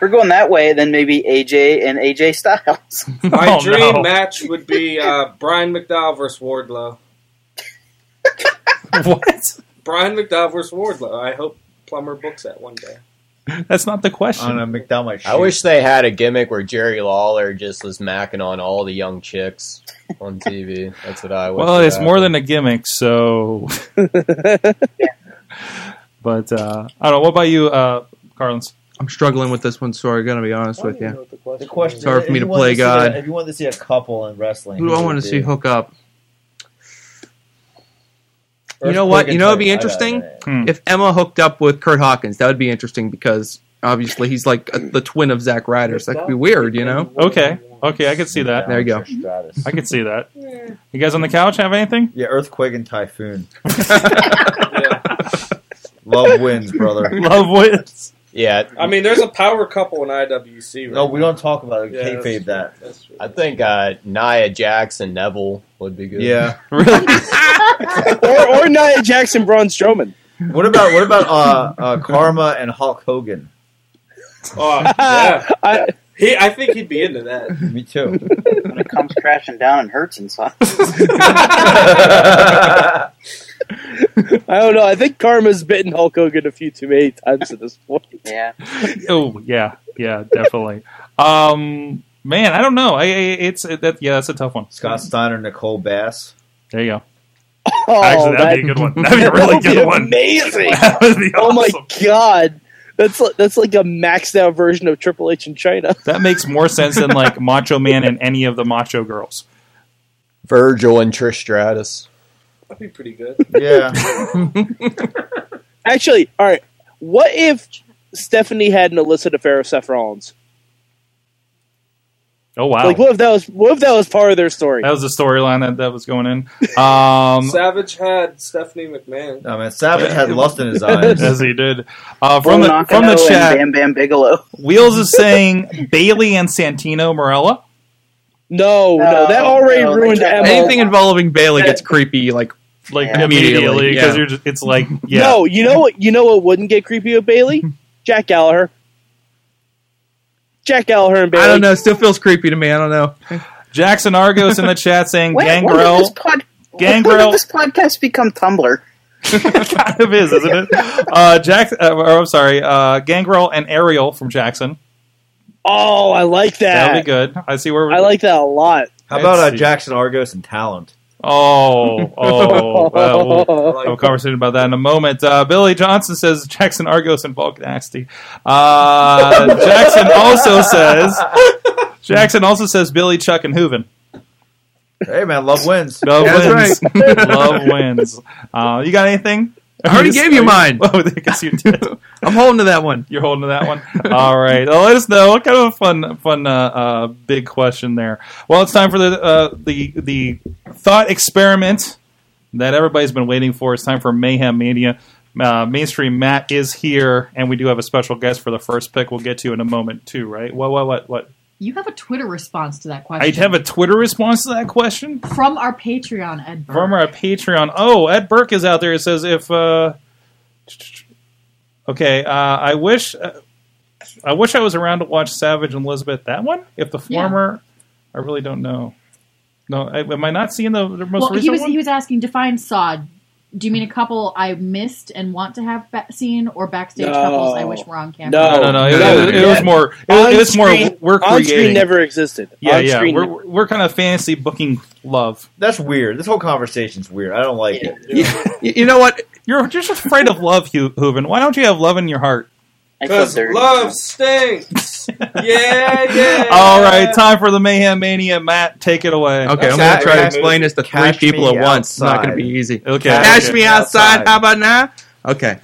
S7: we're going that way, then maybe AJ and AJ Styles.
S4: my
S2: Oh,
S4: dream
S2: no.
S4: match would be uh, Brian McDowell versus Wardlow.
S2: what?
S4: Brian McDowell versus Wardlow. I hope Plummer books that one day.
S2: That's not the question.
S5: On a McDonald's.
S8: I wish they had a gimmick where Jerry Lawler just was macking on all the young chicks on TV. That's what I wish.
S2: Well,
S8: would
S2: it's
S8: happen.
S2: more than a gimmick, so. but uh, I don't know. What about you, uh, Carlins?
S10: I'm struggling with this one, sorry. Gonna be honest with you.
S5: The question, is,
S10: Sorry for
S5: if
S10: me
S5: you
S10: to
S5: wanted
S10: play
S5: see
S10: God.
S5: a- if you wanted to see a couple in wrestling,
S10: Who do I want
S5: would
S10: to
S5: it
S10: see
S5: be?
S10: hook up?
S5: Or
S10: you know
S5: if
S10: what? You know what'd
S5: Purgatory-
S10: be
S5: I got
S10: interesting
S5: it.
S10: if Emma hooked up with Kurt Hawkins. That would be interesting because obviously he's like a, the twin of Zack Ryder. So that could be weird, you know.
S2: Okay. Okay, I could see that.
S10: There you go.
S2: I could see that. You guys on the couch have anything?
S5: Yeah, earthquake and typhoon. Love wins, brother.
S2: Love wins.
S8: Yeah,
S4: I mean, there's a power couple in IWC. Right
S5: No, we don't talk about it.
S4: Yeah, that's
S5: Kayfabe that.
S4: That's true.
S8: I think uh, Nia Jackson Neville would be good.
S5: Yeah.
S6: or, or Nia Jackson Braun Strowman.
S5: What about what about uh, uh, Karma and Hulk Hogan?
S4: Oh, yeah.
S6: I,
S4: he, I think he'd be into that.
S5: Me too.
S7: when it comes crashing down and hurts inside.
S6: I don't know. I think Karma's bitten Hulk Hogan a few too many times at this point.
S7: Yeah.
S2: Oh yeah, yeah, definitely. um, man, I don't know. I, I it's it, that. Yeah, that's a tough one.
S5: Scott Steiner, Nicole Bass.
S2: There you go.
S6: Oh,
S2: Actually, that'd
S6: that-
S2: be a good one. That'd be a really
S6: that would
S2: good
S6: be
S2: one.
S6: Amazing.
S2: That would be
S6: Oh my
S2: awesome.
S6: god, that's li- that's like a maxed out version of Triple H in China.
S2: That makes more sense than like Macho Man and any of the Macho Girls.
S8: Virgil and Trish Stratus.
S4: That'd be pretty good.
S5: Yeah.
S6: Actually, all right. What if Stephanie had an illicit affair with Seth Rollins?
S2: Oh wow,
S6: Like, what if that was what if that was part of their story?
S2: that was the storyline that that was going in. Um,
S4: Savage had Stephanie McMahon.
S5: I mean, Oh, Savage had lust in his eyes.
S2: as he did uh, from
S7: Bull
S2: the from the
S7: Nakano and
S2: chat.
S7: Bam Bam Bigelow.
S2: Wheels is saying Bailey and Santino Morella.
S6: No, no,
S7: No,
S6: that already
S7: no, they
S6: ruined
S7: can't-
S6: Emma.
S10: Anything involving Bailey gets creepy. Like
S2: Like
S7: Yeah.
S2: immediately
S10: Immediately,
S2: because
S10: yeah.
S2: you're just, it's like yeah
S6: No, you know what? You know what wouldn't get creepy with Bailey? Jack Gallagher. Jack Gallagher and Bailey.
S10: I don't know. it Still feels creepy to me. I don't know.
S2: Jackson Argos in the chat saying
S7: When, when did
S2: Gangrel
S7: this pod- When
S2: Gangrel-
S7: did this podcast become Tumblr?
S2: kind of is isn't it? Uh, Jack, uh, or, I'm sorry, uh, Gangrel and Ariel from Jackson.
S6: Oh, I like that.
S2: That'll be good. I see where we're.
S6: I like that a lot.
S5: How about
S2: Let's
S5: uh,
S2: see.
S5: Jackson Argos and Talent?
S2: Oh, oh, uh, we'll- have a conversation about that in a moment. Uh, Billy Johnson says Jackson Argos and Bulk Nasty. Uh, Jackson also says Jackson also says Billy Chuck and Hooven.
S5: Hey man, love wins.
S2: Love
S10: That's
S2: wins. Love wins. Uh, you got anything?
S10: I already gave you mine.
S2: Oh, I guess you did.
S10: I'm holding to that one.
S2: You're holding to that one. All right. Well, let us know. What kind of a fun, fun, uh, uh, big question there. Well, it's time for the uh, the the thought experiment that everybody's been waiting for. It's time for Mayhem Mania. Uh, mainstream Matt is here, and we do have a special guest for the first pick. We'll get to in a moment too, right? What? What? What? What?
S12: You have a Twitter response to that question.
S2: I have a Twitter response to that question
S12: from our Patreon, Ed. Burke.
S2: from our Patreon. Oh, Ed Burke is out there. It says if uh, okay, uh, I wish uh, I wish I was around to watch Savage and Elizabeth. That one, if the
S12: Yeah.
S2: former, I really don't know. No, I, am I not seeing the, the most
S12: Well,
S2: recent
S12: he was
S2: one?
S12: he was asking define sod. Do you mean a couple I missed and want to have ba- seen, or backstage
S6: No.
S12: couples I wish were on camera?
S2: no, no, no. It,
S10: No,
S2: it- it was
S6: yeah.
S2: more. It, was- it was more.
S6: On-screen-
S2: We're
S6: on screen
S2: creating.
S6: never existed.
S2: yeah,
S6: on
S2: yeah.
S6: Screen
S2: We're, we're- we're kind of fantasy booking love.
S5: That's weird. This whole conversation's weird. I don't like it.
S10: You, you know what?
S2: You're just afraid of love, Hu- Hooven. Why don't you have love in your heart?
S7: I feel
S4: Because
S7: dirty.
S4: love stinks. yeah, yeah.
S2: All right, time for the Mayhem Mania. Matt, take it away.
S10: Okay, I'm
S5: Cat-
S10: gonna try to
S5: cat-
S10: explain this to three
S5: catch
S10: people
S5: me
S10: at once. It's not
S5: outside.
S10: gonna be easy.
S2: Okay.
S5: Catch
S10: Catch
S5: Okay.
S10: me outside.
S5: Outside.
S10: How about now? Okay.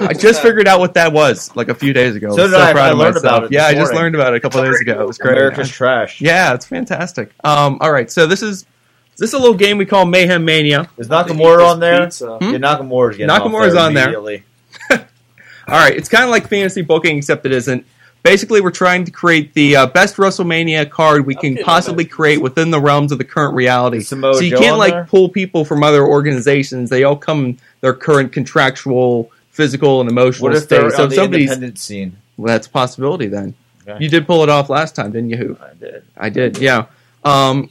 S10: I just figured out what that was like a few days ago.
S5: So
S10: I'm
S5: did I.
S10: proud
S5: I
S10: of
S5: learned
S10: myself.
S5: about it this
S10: Yeah, I just
S5: morning.
S10: learned about it a couple days ago. It was great.
S5: America's trash.
S10: Yeah, it's fantastic. Um, all right, so this is this is a little game we call Mayhem Mania. Hmm?
S5: Is Nakamura on there?
S4: Pizza.
S5: Yeah, Nakamura's getting off
S10: Nakamura's
S5: there
S10: on there.
S5: immediately.
S10: All right, it's kind of like fantasy booking, except it isn't. Basically, we're trying to create the uh, best WrestleMania card we can
S4: Okay,
S10: possibly create within the realms of the current reality.
S5: Is Samoa
S10: so you
S5: Joe
S10: can't
S5: on
S10: like
S5: there?
S10: pull people from other organizations; they all come in their current contractual, physical, and emotional
S5: What if
S10: state.
S5: they're
S10: So
S5: on
S10: if
S5: the
S10: somebody's
S5: independent scene?
S10: well, that's a possibility then.
S5: Okay.
S10: You did pull it off last time, didn't you? Who?
S5: I did.
S10: I did, yeah. Um,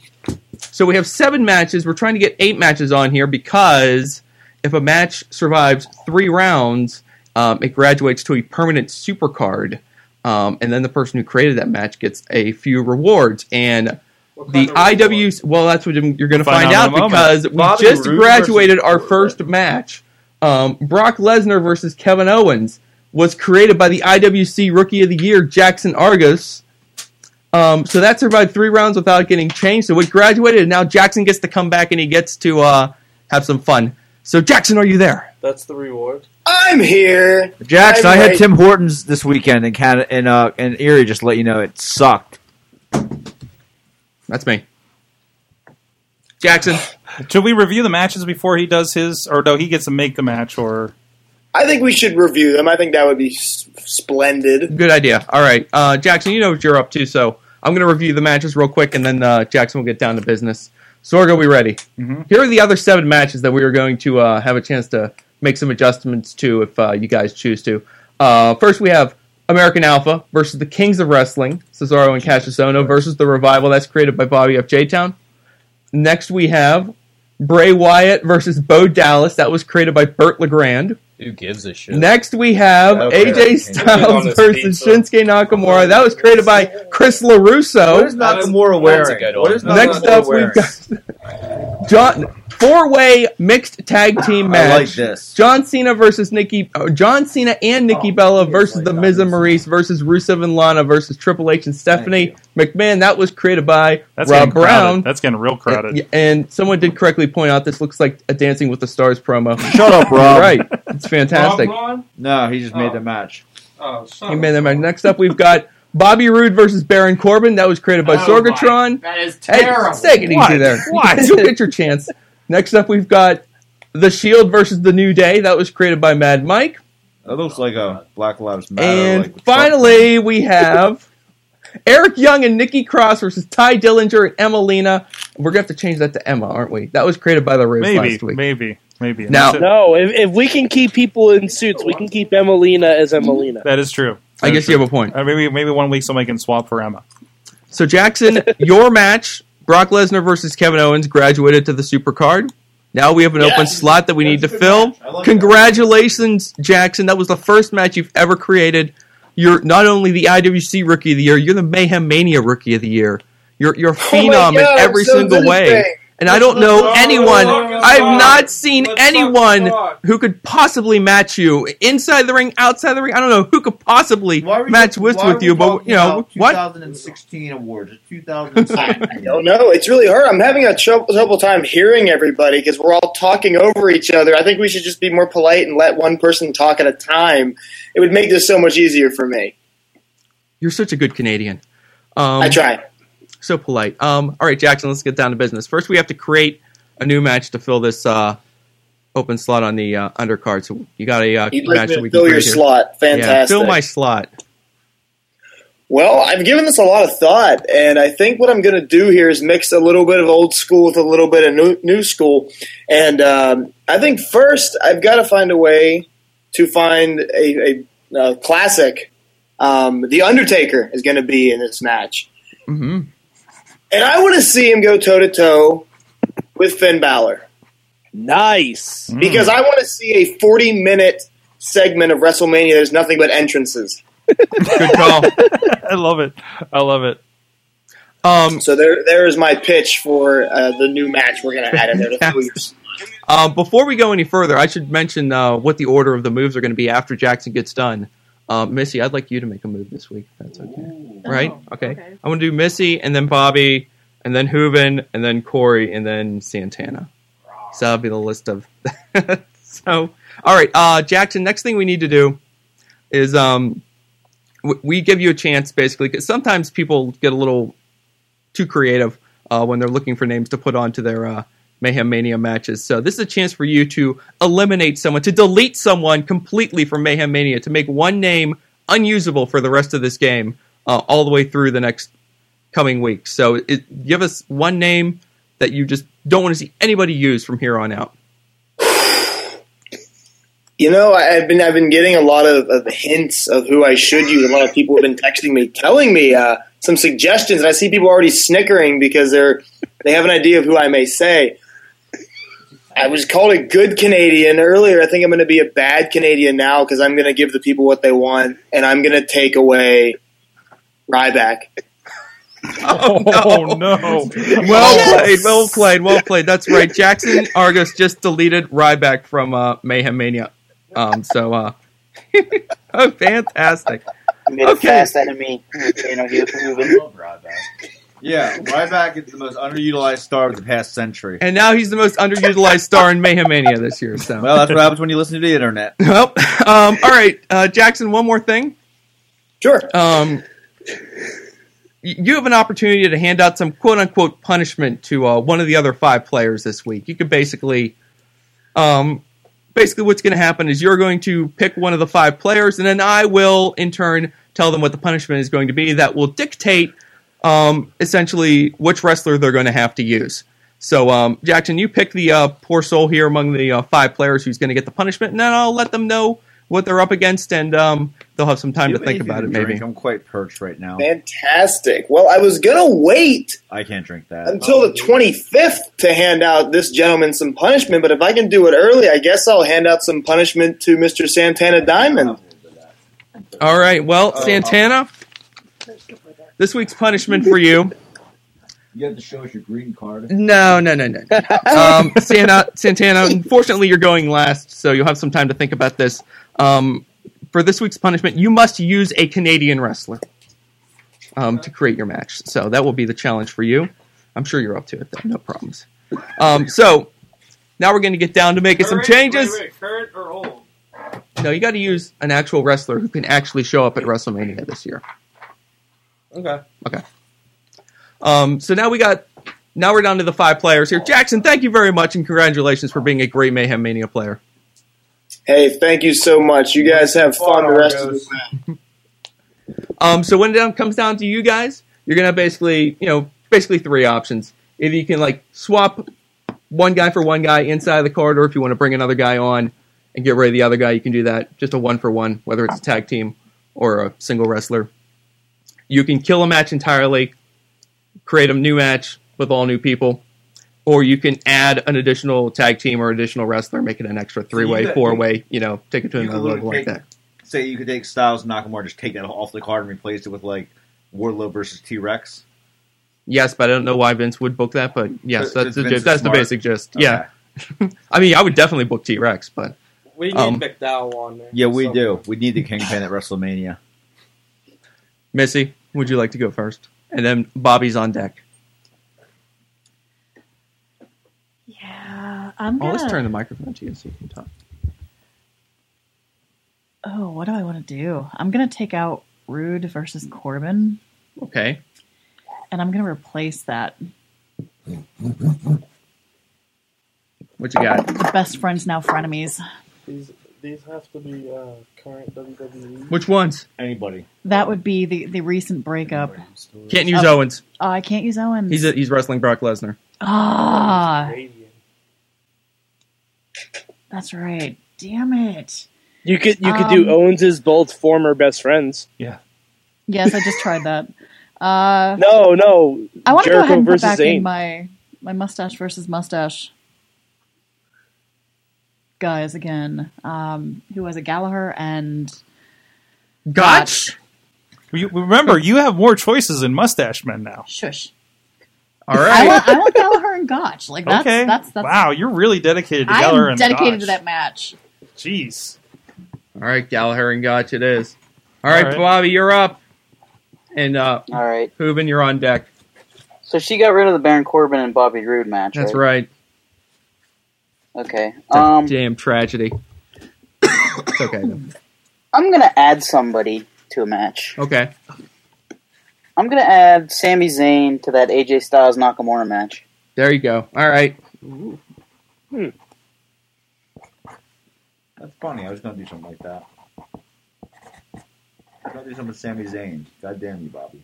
S10: so we have seven matches. We're trying to get eight matches on here because if a match survives three rounds, Um, it graduates to a permanent super card, um, and then the person who created that match gets a few rewards. And the IW, well, that's what you're going to
S2: Find
S10: find,
S2: out
S10: out,
S2: in a moment.
S10: because we
S2: Bobby
S10: just
S2: Roode
S10: graduated our first match. Um, Brock Lesnar versus Kevin Owens was created by the IWC Rookie of the Year Jackson Argus. Um, so that survived three rounds without getting changed. So it graduated, and now Jackson gets to come back and he gets to uh, have some fun. So Jackson, are you there?
S4: That's the reward.
S13: I'm here.
S5: Jackson, I
S13: I'm
S5: had
S13: right-
S5: Tim Hortons this weekend in Canada in uh in Erie. Just to let you know, it sucked.
S10: That's me. Jackson.
S2: Should we review the matches before he does his, or no, he gets to make the match, or
S13: I think we should review them. I think that would be s- splendid.
S10: Good idea. All right, uh, Jackson, you know what you're up to, so I'm going to review the matches real quick, and then uh, Jackson will get down to business. Sorg, are we ready? Mm-hmm. Here are the other seven matches that we are going to uh, have a chance to make some adjustments to if uh, you guys choose to. Uh, first, we have American Alpha versus the Kings of Wrestling, Cesaro and Cassius Ohno versus the Revival that's created by Bobby F. J Town. Next, we have Bray Wyatt versus Bo Dallas that was created by Burt Legrand.
S9: Who gives a shit?
S10: Next, we have
S9: Okay.
S10: AJ Styles
S9: Honest
S10: versus Shinsuke Nakamura. That was created by Chris LaRusso.
S5: What is Nakamura
S10: That's a
S5: wearing?
S10: good one.
S5: What is
S10: Next
S5: Nakamura
S10: up, we've got John four-way mixed tag team match.
S5: like this.
S10: John Cena versus Nikki. oh, John Cena and Nikki Bella versus the Miz and Maurice versus Rusev and Lana versus Triple H and Stephanie McMahon. That was created by
S2: that's
S10: Rob
S2: getting crowded.
S10: Brown.
S2: That's getting real crowded.
S10: Yeah, And someone did correctly point out this looks like a Dancing with the Stars promo.
S5: Shut up, Rob.
S10: right, it's fantastic.
S5: No, he just made the match.
S10: Oh, he made that match. Next up, we've got Bobby Roode versus Baron Corbin. That was created by
S14: Oh,
S10: Sorgatron.
S14: That is
S10: Hey,
S14: terrible.
S10: take it easy there.
S14: What?
S10: You'll get your chance. Next up, we've got The Shield versus The New Day. That was created by Mad Mike.
S5: That looks like a Black Lives Matter.
S10: and
S5: like,
S10: finally, we have Eric Young and Nikki Cross versus Ty Dillinger and Emma Lena. We're going to have to change that to Emma, aren't we? That was created by The Riz
S2: Maybe,
S10: last week.
S2: maybe, maybe.
S10: Now-
S2: That's it.
S6: No, if, if we can keep people in suits, we can keep Emelina as Emelina.
S2: that is true.
S10: I guess you have a point.
S2: Uh, maybe maybe one week somebody can swap for Emma.
S10: So Jackson, your match, Brock Lesnar versus Kevin Owens, graduated to the supercard. Now we have an open slot that we need to fill. Congratulations, Jackson. That was the first match you've ever created. You're not only the IWC Rookie of the Year, you're the Mayhem Mania Rookie of the Year. You're you're a phenom in
S14: Oh God,
S10: every
S14: I'm so
S10: single
S14: good at
S10: way.
S14: things.
S10: And I don't
S14: Let's
S10: know
S14: rock,
S10: anyone.
S14: let's rock,
S10: I've not
S14: let's
S10: seen
S14: rock.
S10: anyone who could possibly match you inside the ring, outside the ring. I don't know who could possibly match wits with you, but you know what?
S13: 2016 awards. 2016. I don't know. It's really hard. I'm having a trouble, trouble time hearing everybody because we're all talking over each other. I think we should just be more polite and let one person talk at a time. It would make this so much easier for me.
S10: You're such a good Canadian. Um,
S13: I try.
S10: So polite. Um, all right, Jackson, let's get down to business. First, we have to create a new match to fill this uh, open slot on the uh, undercard. So you got a uh,
S13: You'd like
S10: match
S13: me
S10: that
S13: to
S10: we can
S13: fill your
S10: create here.
S13: slot.
S10: Yeah, fill
S13: Fantastic.
S10: my slot.
S13: Well, I've given this a lot of thought, and I think what I'm going to do here is mix a little bit of old school with a little bit of new, new school. And um, I think first, I've got to find a way to find a, a, a classic. Um, the Undertaker is going to be in this match.
S10: Mm-hmm.
S13: And I want to see him go toe to toe with Finn Balor.
S6: Nice.
S13: Because I want to see a 40 minute segment of WrestleMania that is nothing but entrances.
S2: I love it. I love it.
S10: Um,
S13: so there, there is my pitch for uh, the new match we're going to add in there. To fill your
S10: Um, before we go any further, I should mention uh, what the order of the moves are going to be after Jackson gets done. Uh, Missy, I'd like you to make a move this week. if That's okay, right? okay. I'm going to do Missy, and then Bobby, and then Hooven, and then Corey, and then Santana. So that'll be the list of. so, all right, uh, Jackson. Next thing we need to do is um, w- we give you a chance, basically, because sometimes people get a little too creative uh, when they're looking for names to put onto their uh, Mayhem Mania matches. So this is a chance for you to eliminate someone, to delete someone completely from Mayhem Mania, to make one name unusable for the rest of this game, uh, all the way through the next coming week. So it, give us one name that you just don't want to see anybody use from here on out.
S13: You know, I- I've been I've been getting a lot of, of hints of who I should use. A lot of people have been texting me, telling me uh, some suggestions, and I see people already snickering because they're they have an idea of who I may say. I was called a good Canadian earlier. I think I'm going to be a bad Canadian now because I'm going to give the people what they want and I'm going to take away Ryback.
S10: Oh,
S2: no. no.
S10: Well played, well played, well played. That's right. Jackson Argos just deleted Ryback from uh, Mayhem Mania. Um, so, uh, oh, fantastic.
S7: You made a fast enemy. You know, he was moving.
S14: Yeah, Ryback is the most underutilized star of the past century.
S10: And now he's the most underutilized star in Mayhem Mania this year. So,
S14: Well, that's what happens when you listen to the internet.
S10: Well, um, all right, uh, Jackson. One more thing.
S13: Sure.
S10: Um, y- you have an opportunity to hand out some quote unquote punishment to uh, one of the other five players this week. You could basically, um, basically, what's going to happen is you're going to pick one of the five players, and then I will in turn tell them what the punishment is going to be. That will dictate um, essentially which wrestler they're going to have to use. So, um, Jackson, you pick the uh, poor soul here among the uh, five players who's going to get the punishment, and then I'll let them know what they're up against, and um, they'll have some time
S14: You
S10: to
S14: have
S10: think
S14: anything
S10: about
S14: to
S10: it. Maybe
S14: drink? I'm quite perched right
S10: Oh.
S14: now.
S13: Fantastic. Well, I was going to wait
S14: I can't drink that.
S13: until the 25th to hand out this gentleman some punishment, but if I can do it early, I guess I'll hand out some punishment to Mr. Santana Diamond.
S10: All right. Well,
S14: Uh,
S10: Santana, this week's punishment for you.
S14: You have to show us your green card.
S10: No, no, no, no. Um, Santa, Santana, unfortunately, you're going last, so you'll have some time to think about this. Um, for this week's punishment, you must use a Canadian wrestler um, to create your match. So that will be the challenge for you. I'm sure you're up to it, though. No problems. Um, so now we're going to get down to making some changes.
S2: current or old?
S10: No, you got to use an actual wrestler who can actually show up at WrestleMania this year.
S4: Okay.
S10: Okay. Um, so now we got now we're down to the five players here. Jackson, thank you very much and congratulations for being a great Mayhem Mania player.
S13: Hey, thank you so much. You guys have fun the rest of the
S10: Um, so when it down, comes down to you guys, you're gonna have basically you know basically three options. Either you can like swap one guy for one guy inside the card, or if you want to bring another guy on and get rid of the other guy, you can do that. Just a one for one, whether it's a tag team or a single wrestler. You can kill a match entirely, create a new match with all new people, or you can add an additional tag team or additional wrestler, make it an extra three way,
S14: got-
S10: four way, you know, take it to
S14: You could
S10: another level
S14: literally
S10: like
S14: take,
S10: that.
S14: say you could take Styles and Nakamura, just take that off the card and replace it with like Wardlow versus T Rex.
S10: Yes, but I don't know why Vince would book that. But yes,
S14: But
S10: that's the
S14: Vince
S10: gist.
S14: is
S10: that's the
S14: smart.
S10: basic gist. Yeah, I mean, I would definitely book T Rex, but
S4: We need
S10: Um,
S4: McDowell on there.
S14: Yeah, we do. We need the Kingpin at WrestleMania.
S10: Missy, would you like to go first? And then Bobby's on deck.
S15: Yeah, I'm
S10: Oh,
S15: gonna.
S10: let's turn the microphone to you so you can talk.
S15: Oh, what do I want to do? I'm gonna take out Rude versus Corbin,
S10: Okay.
S15: and I'm gonna replace that
S10: What you got?
S15: with best friends now frenemies.
S16: These these have to be uh, current
S4: E.
S16: WWE.
S10: Which ones?
S14: Anybody.
S15: That would be the the recent breakup.
S10: Can't use
S15: Of-
S10: Owens.
S15: Oh, I can't use Owens.
S10: He's a, he's wrestling Brock Lesnar.
S15: ah. That's right. Damn it.
S6: You could you could do
S15: Um,
S6: Owens's both former best friends.
S2: Yeah.
S15: Yes, I just tried that. Uh,
S6: No, no.
S15: I want to go
S6: Jericho
S15: ahead and put
S6: versus
S15: back
S6: Zayn.
S15: in my my mustache versus mustache guys again. Um, who was it? Gallagher and
S10: Gotch.
S2: You, remember, you have more choices in mustache men now.
S15: Shush.
S2: All
S15: I want, I want Gallagher and Gotch. Like that's
S2: okay.
S15: that's that's.
S2: wow, you're really dedicated to
S15: I
S2: Geller
S15: am
S2: and
S15: dedicated
S2: Dodge.
S15: to that match.
S2: Jeez.
S10: All right, Gallagher and Gotch, it is. All right,
S7: All right.
S10: Bobby, you're up. And uh,
S7: all right,
S10: Hooven, you're on deck.
S7: So she got rid of the Baron Corbin and Bobby Roode match.
S10: That's right.
S7: Okay.
S10: It's a
S7: Um,
S10: damn tragedy. it's okay. Though.
S7: I'm gonna add somebody to a match.
S10: Okay.
S7: I'm gonna add Sami Zayn to that AJ Styles Nakamura match.
S10: There you go. All right.
S14: That's funny. I was gonna do something like that. I was gonna do something with Sami Zayn. God damn you, Bobby.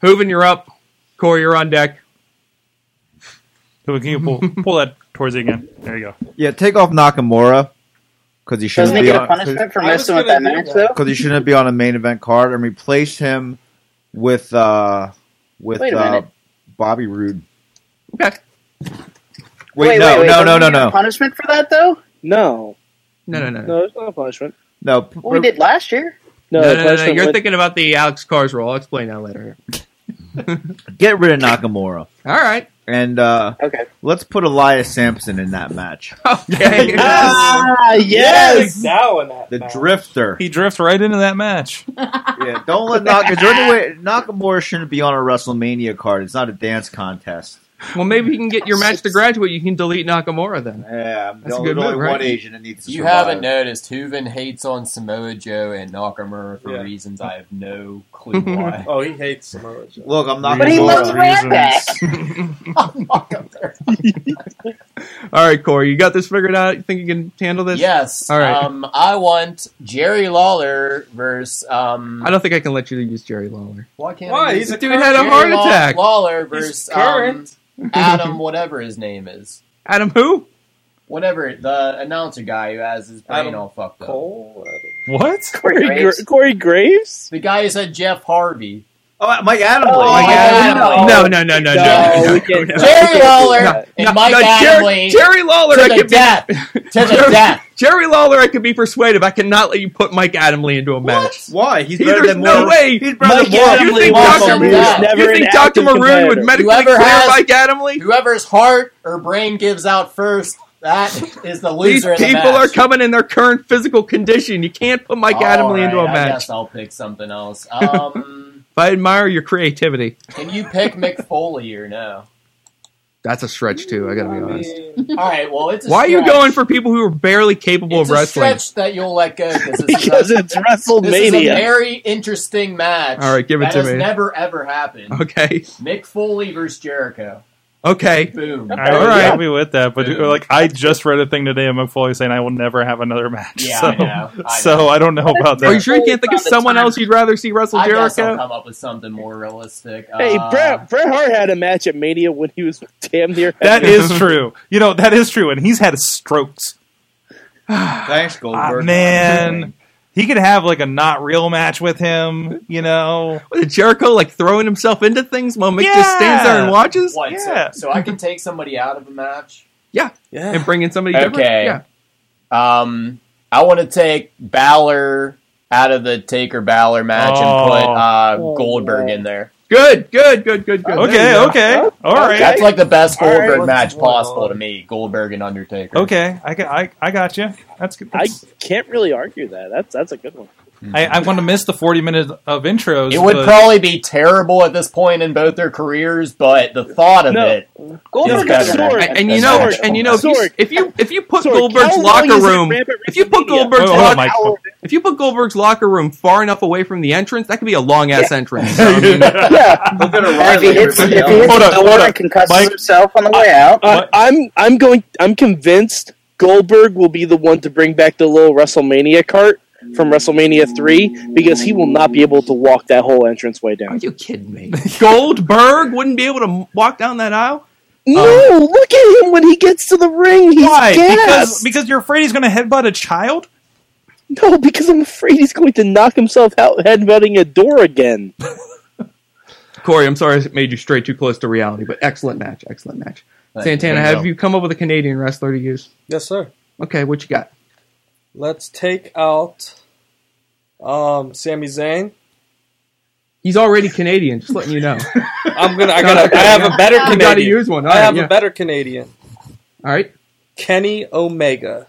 S10: Hooven, you're up. Corey, you're on deck.
S2: Hooven, can you pull, pull that towards you again? There you go.
S14: Yeah, take off Nakamura because he shouldn't
S7: Doesn't he
S14: be
S7: get a
S14: on,
S7: punishment for
S14: I was
S7: messing with
S14: gonna
S7: that
S14: do
S7: match though?
S14: because he shouldn't be on a main event card and replace him with uh with
S7: Wait a
S14: uh,
S7: minute.
S14: Bobby Roode.
S10: Okay.
S5: Wait, no, no,
S7: don't
S5: no,
S7: we
S5: no,
S7: get a
S5: no.
S7: Punishment for that though?
S6: No.
S10: No, no, no, no.
S6: No, there's no punishment.
S5: No, p-
S7: What we did last year.
S10: No, no, no,
S6: punishment
S10: You're
S6: would-
S10: thinking about the Alex Cars rule. I'll explain that later.
S5: Get rid of Nakamura.
S10: All right.
S5: And uh,
S7: okay,
S5: let's put Elias Sampson in that match.
S10: Okay.
S7: Ah,
S16: yes! Now in that.
S5: The Drifter.
S2: He drifts right into that match.
S5: yeah, don't let Nak. Is there any way Nakamura shouldn't be on a WrestleMania card? It's not a dance contest.
S10: Well, maybe you can get your match to graduate. You can delete Nakamura then.
S14: Yeah,
S10: that's a good move, right?
S14: needs
S10: to
S8: You
S10: survive.
S8: haven't noticed Hooven hates on Samoa Joe and Nakamura for reasons I have no clue why.
S16: Oh, he hates Samoa Joe.
S5: Look, I'm
S8: not
S16: But he
S8: gonna
S16: loves
S8: vote.
S10: All right, Corey, you got this figured out. You think you can handle this?
S8: Yes.
S10: All right.
S8: Um, I want Jerry Lawler versus. Um,
S10: I don't think I can let you use Jerry Lawler.
S8: Why can't
S10: Why?
S8: I use
S10: He's
S8: it?
S10: a dude had a
S8: Jerry
S10: heart
S8: Law-
S10: attack.
S8: Lawler
S10: He's
S8: versus um,
S10: current.
S8: Adam, whatever his name is.
S10: Adam who?
S8: Whatever the announcer guy who has his brain
S10: Adam
S8: all fucked up.
S2: What?
S8: Corey Graves?
S6: Gra- Corey Graves?
S8: The guy who said Jeff Harvey.
S5: Oh, Mike Adamley.
S10: uh, Mike Adamley. No, no, no, no, no, no,
S8: we
S10: no,
S8: Oh, can't-
S10: no.
S8: Jerry Lawler
S10: No,
S8: and
S10: no,
S8: Mike
S10: no, Jer-
S8: Adamley.
S10: Jerry Lawler,
S8: to
S10: I
S8: the
S10: could be-
S8: death. To the
S10: Jerry,
S8: death.
S10: Jerry Lawler, I could be persuaded. but I cannot let you put Mike Adamley into a match.
S5: Why? He's
S10: He- there's no way. Mike you think Dr. Maroon, you think Dr. Maroon would medically
S8: Whoever
S10: clear
S8: has-
S10: Mike Adamley?
S8: Whoever's heart or brain gives out first, that is the
S10: These
S8: loser of the
S10: people
S8: match.
S10: are coming in their current physical condition. You can't put Mike
S8: All
S10: Adamley
S8: right,
S10: into a
S8: I
S10: match.
S8: guess I'll pick something else. Um,
S10: But I admire your creativity.
S8: can you pick Mick Foley or no?
S10: That's a stretch too. I gotta be honest.
S8: All right, well, it's a
S10: Why are you
S8: stretch.
S10: going for people who are barely capable
S8: It's
S10: of
S8: a
S10: wrestling?
S8: stretch that you'll let go because this
S6: Because
S8: is a,
S6: it's
S8: This is a
S6: WrestleMania.
S8: very interesting match.
S10: All right, give
S8: that
S10: it to
S8: has
S10: me.
S8: Never ever happened.
S10: Okay.
S8: Mick Foley versus Jericho.
S10: Okay.
S8: Boom.
S2: I would be happy with that, but like I just read a thing today of McFoley saying I will never have another match.
S8: Yeah,
S2: so,
S8: I know, I
S2: so
S8: know.
S2: I don't know about that.
S10: Are you sure you can't think of someone else you'd rather see wrestle
S8: I guess I'll
S10: Jericho?
S8: come up with something more realistic.
S6: Hey,
S8: Uh,
S6: Bret, Bret Hart had a match at Mania when he was damn near.
S2: That is true. You know that is true, and he's had strokes.
S5: Thanks,
S2: Ah,
S5: Goldberg.
S2: man, he could have like a not real match with him. You know,
S10: Did Jericho like throwing himself into things while Mick just
S2: Yeah.
S10: stands there and watches?
S8: What, so-
S10: Yeah.
S8: so, I can take somebody out of a match.
S10: Yeah.
S2: Yeah.
S10: And bring in somebody different?
S8: Okay.
S10: Yeah.
S8: Um, I want to take Balor out of the Taker Balor match and put uh,
S6: Oh.
S8: Goldberg in there.
S10: Good, good, good, good, good.
S2: Okay,
S10: There you go.
S2: okay. All right.
S8: That's like the best
S6: All right,
S8: Goldberg
S6: what's
S8: match
S6: going
S8: possible
S6: on?
S8: to me. Goldberg and Undertaker.
S2: okay, I got I, I got you. That's good.
S6: I
S2: That's-
S6: can't really argue that. That's that's a good one.
S2: I, I want to miss the forty minutes of intros.
S8: It would
S2: but-
S8: probably be terrible at this point in both their careers, but the thought of
S6: No.
S8: it.
S6: Goldberg
S8: better.
S6: is Sorg.
S10: And, and you know,
S6: Sorg.
S10: and you know, if you,
S6: Sorg.
S10: if you if you put
S6: Sorg,
S10: Goldberg's
S6: how long
S10: locker
S6: is it
S10: room,
S6: rampant
S10: if you put
S6: WrestleMania?
S10: Goldberg's
S2: Wait, hold on,
S10: locker,
S2: Mike.
S10: if you put Goldberg's locker room far enough away from the entrance, that could be a long ass entrance.
S7: Yeah.
S5: Look at
S7: if he hits, if he
S5: Riley.
S7: hits
S2: Hold
S7: the
S2: up,
S7: door
S2: hold
S7: and
S2: up.
S7: concusses
S2: Mike-
S7: himself on the way out,
S6: Uh, I'm I'm going. I'm convinced Goldberg will be the one to bring back the little WrestleMania cart from WrestleMania three because he will not be able to walk that whole entrance way
S10: Are
S6: down.
S10: you kidding me? Goldberg wouldn't be able to walk down that aisle.
S6: No, look at him when he gets to the ring. He's
S2: Why? Because,
S6: gassed.
S2: because you're afraid he's going to headbutt a child?
S6: no, because I'm afraid he's going to knock himself out headbutting a door again.
S10: Corey, I'm sorry I made you stray too close to reality, but excellent match, excellent match.
S8: Thank you.
S10: Santana,
S8: There you
S10: have
S8: go.
S10: you come up with a Canadian wrestler to use?
S16: Yes, sir.
S10: Okay, what you got?
S16: Let's take out um Sami Zayn.
S10: He's already Canadian. Just letting you know.
S16: I'm gonna. I gotta. I have a better
S10: You gotta
S16: Canadian.
S10: use one. All
S16: I
S10: right,
S16: have
S10: yeah.
S16: a better Canadian.
S10: All right,
S16: Kenny Omega.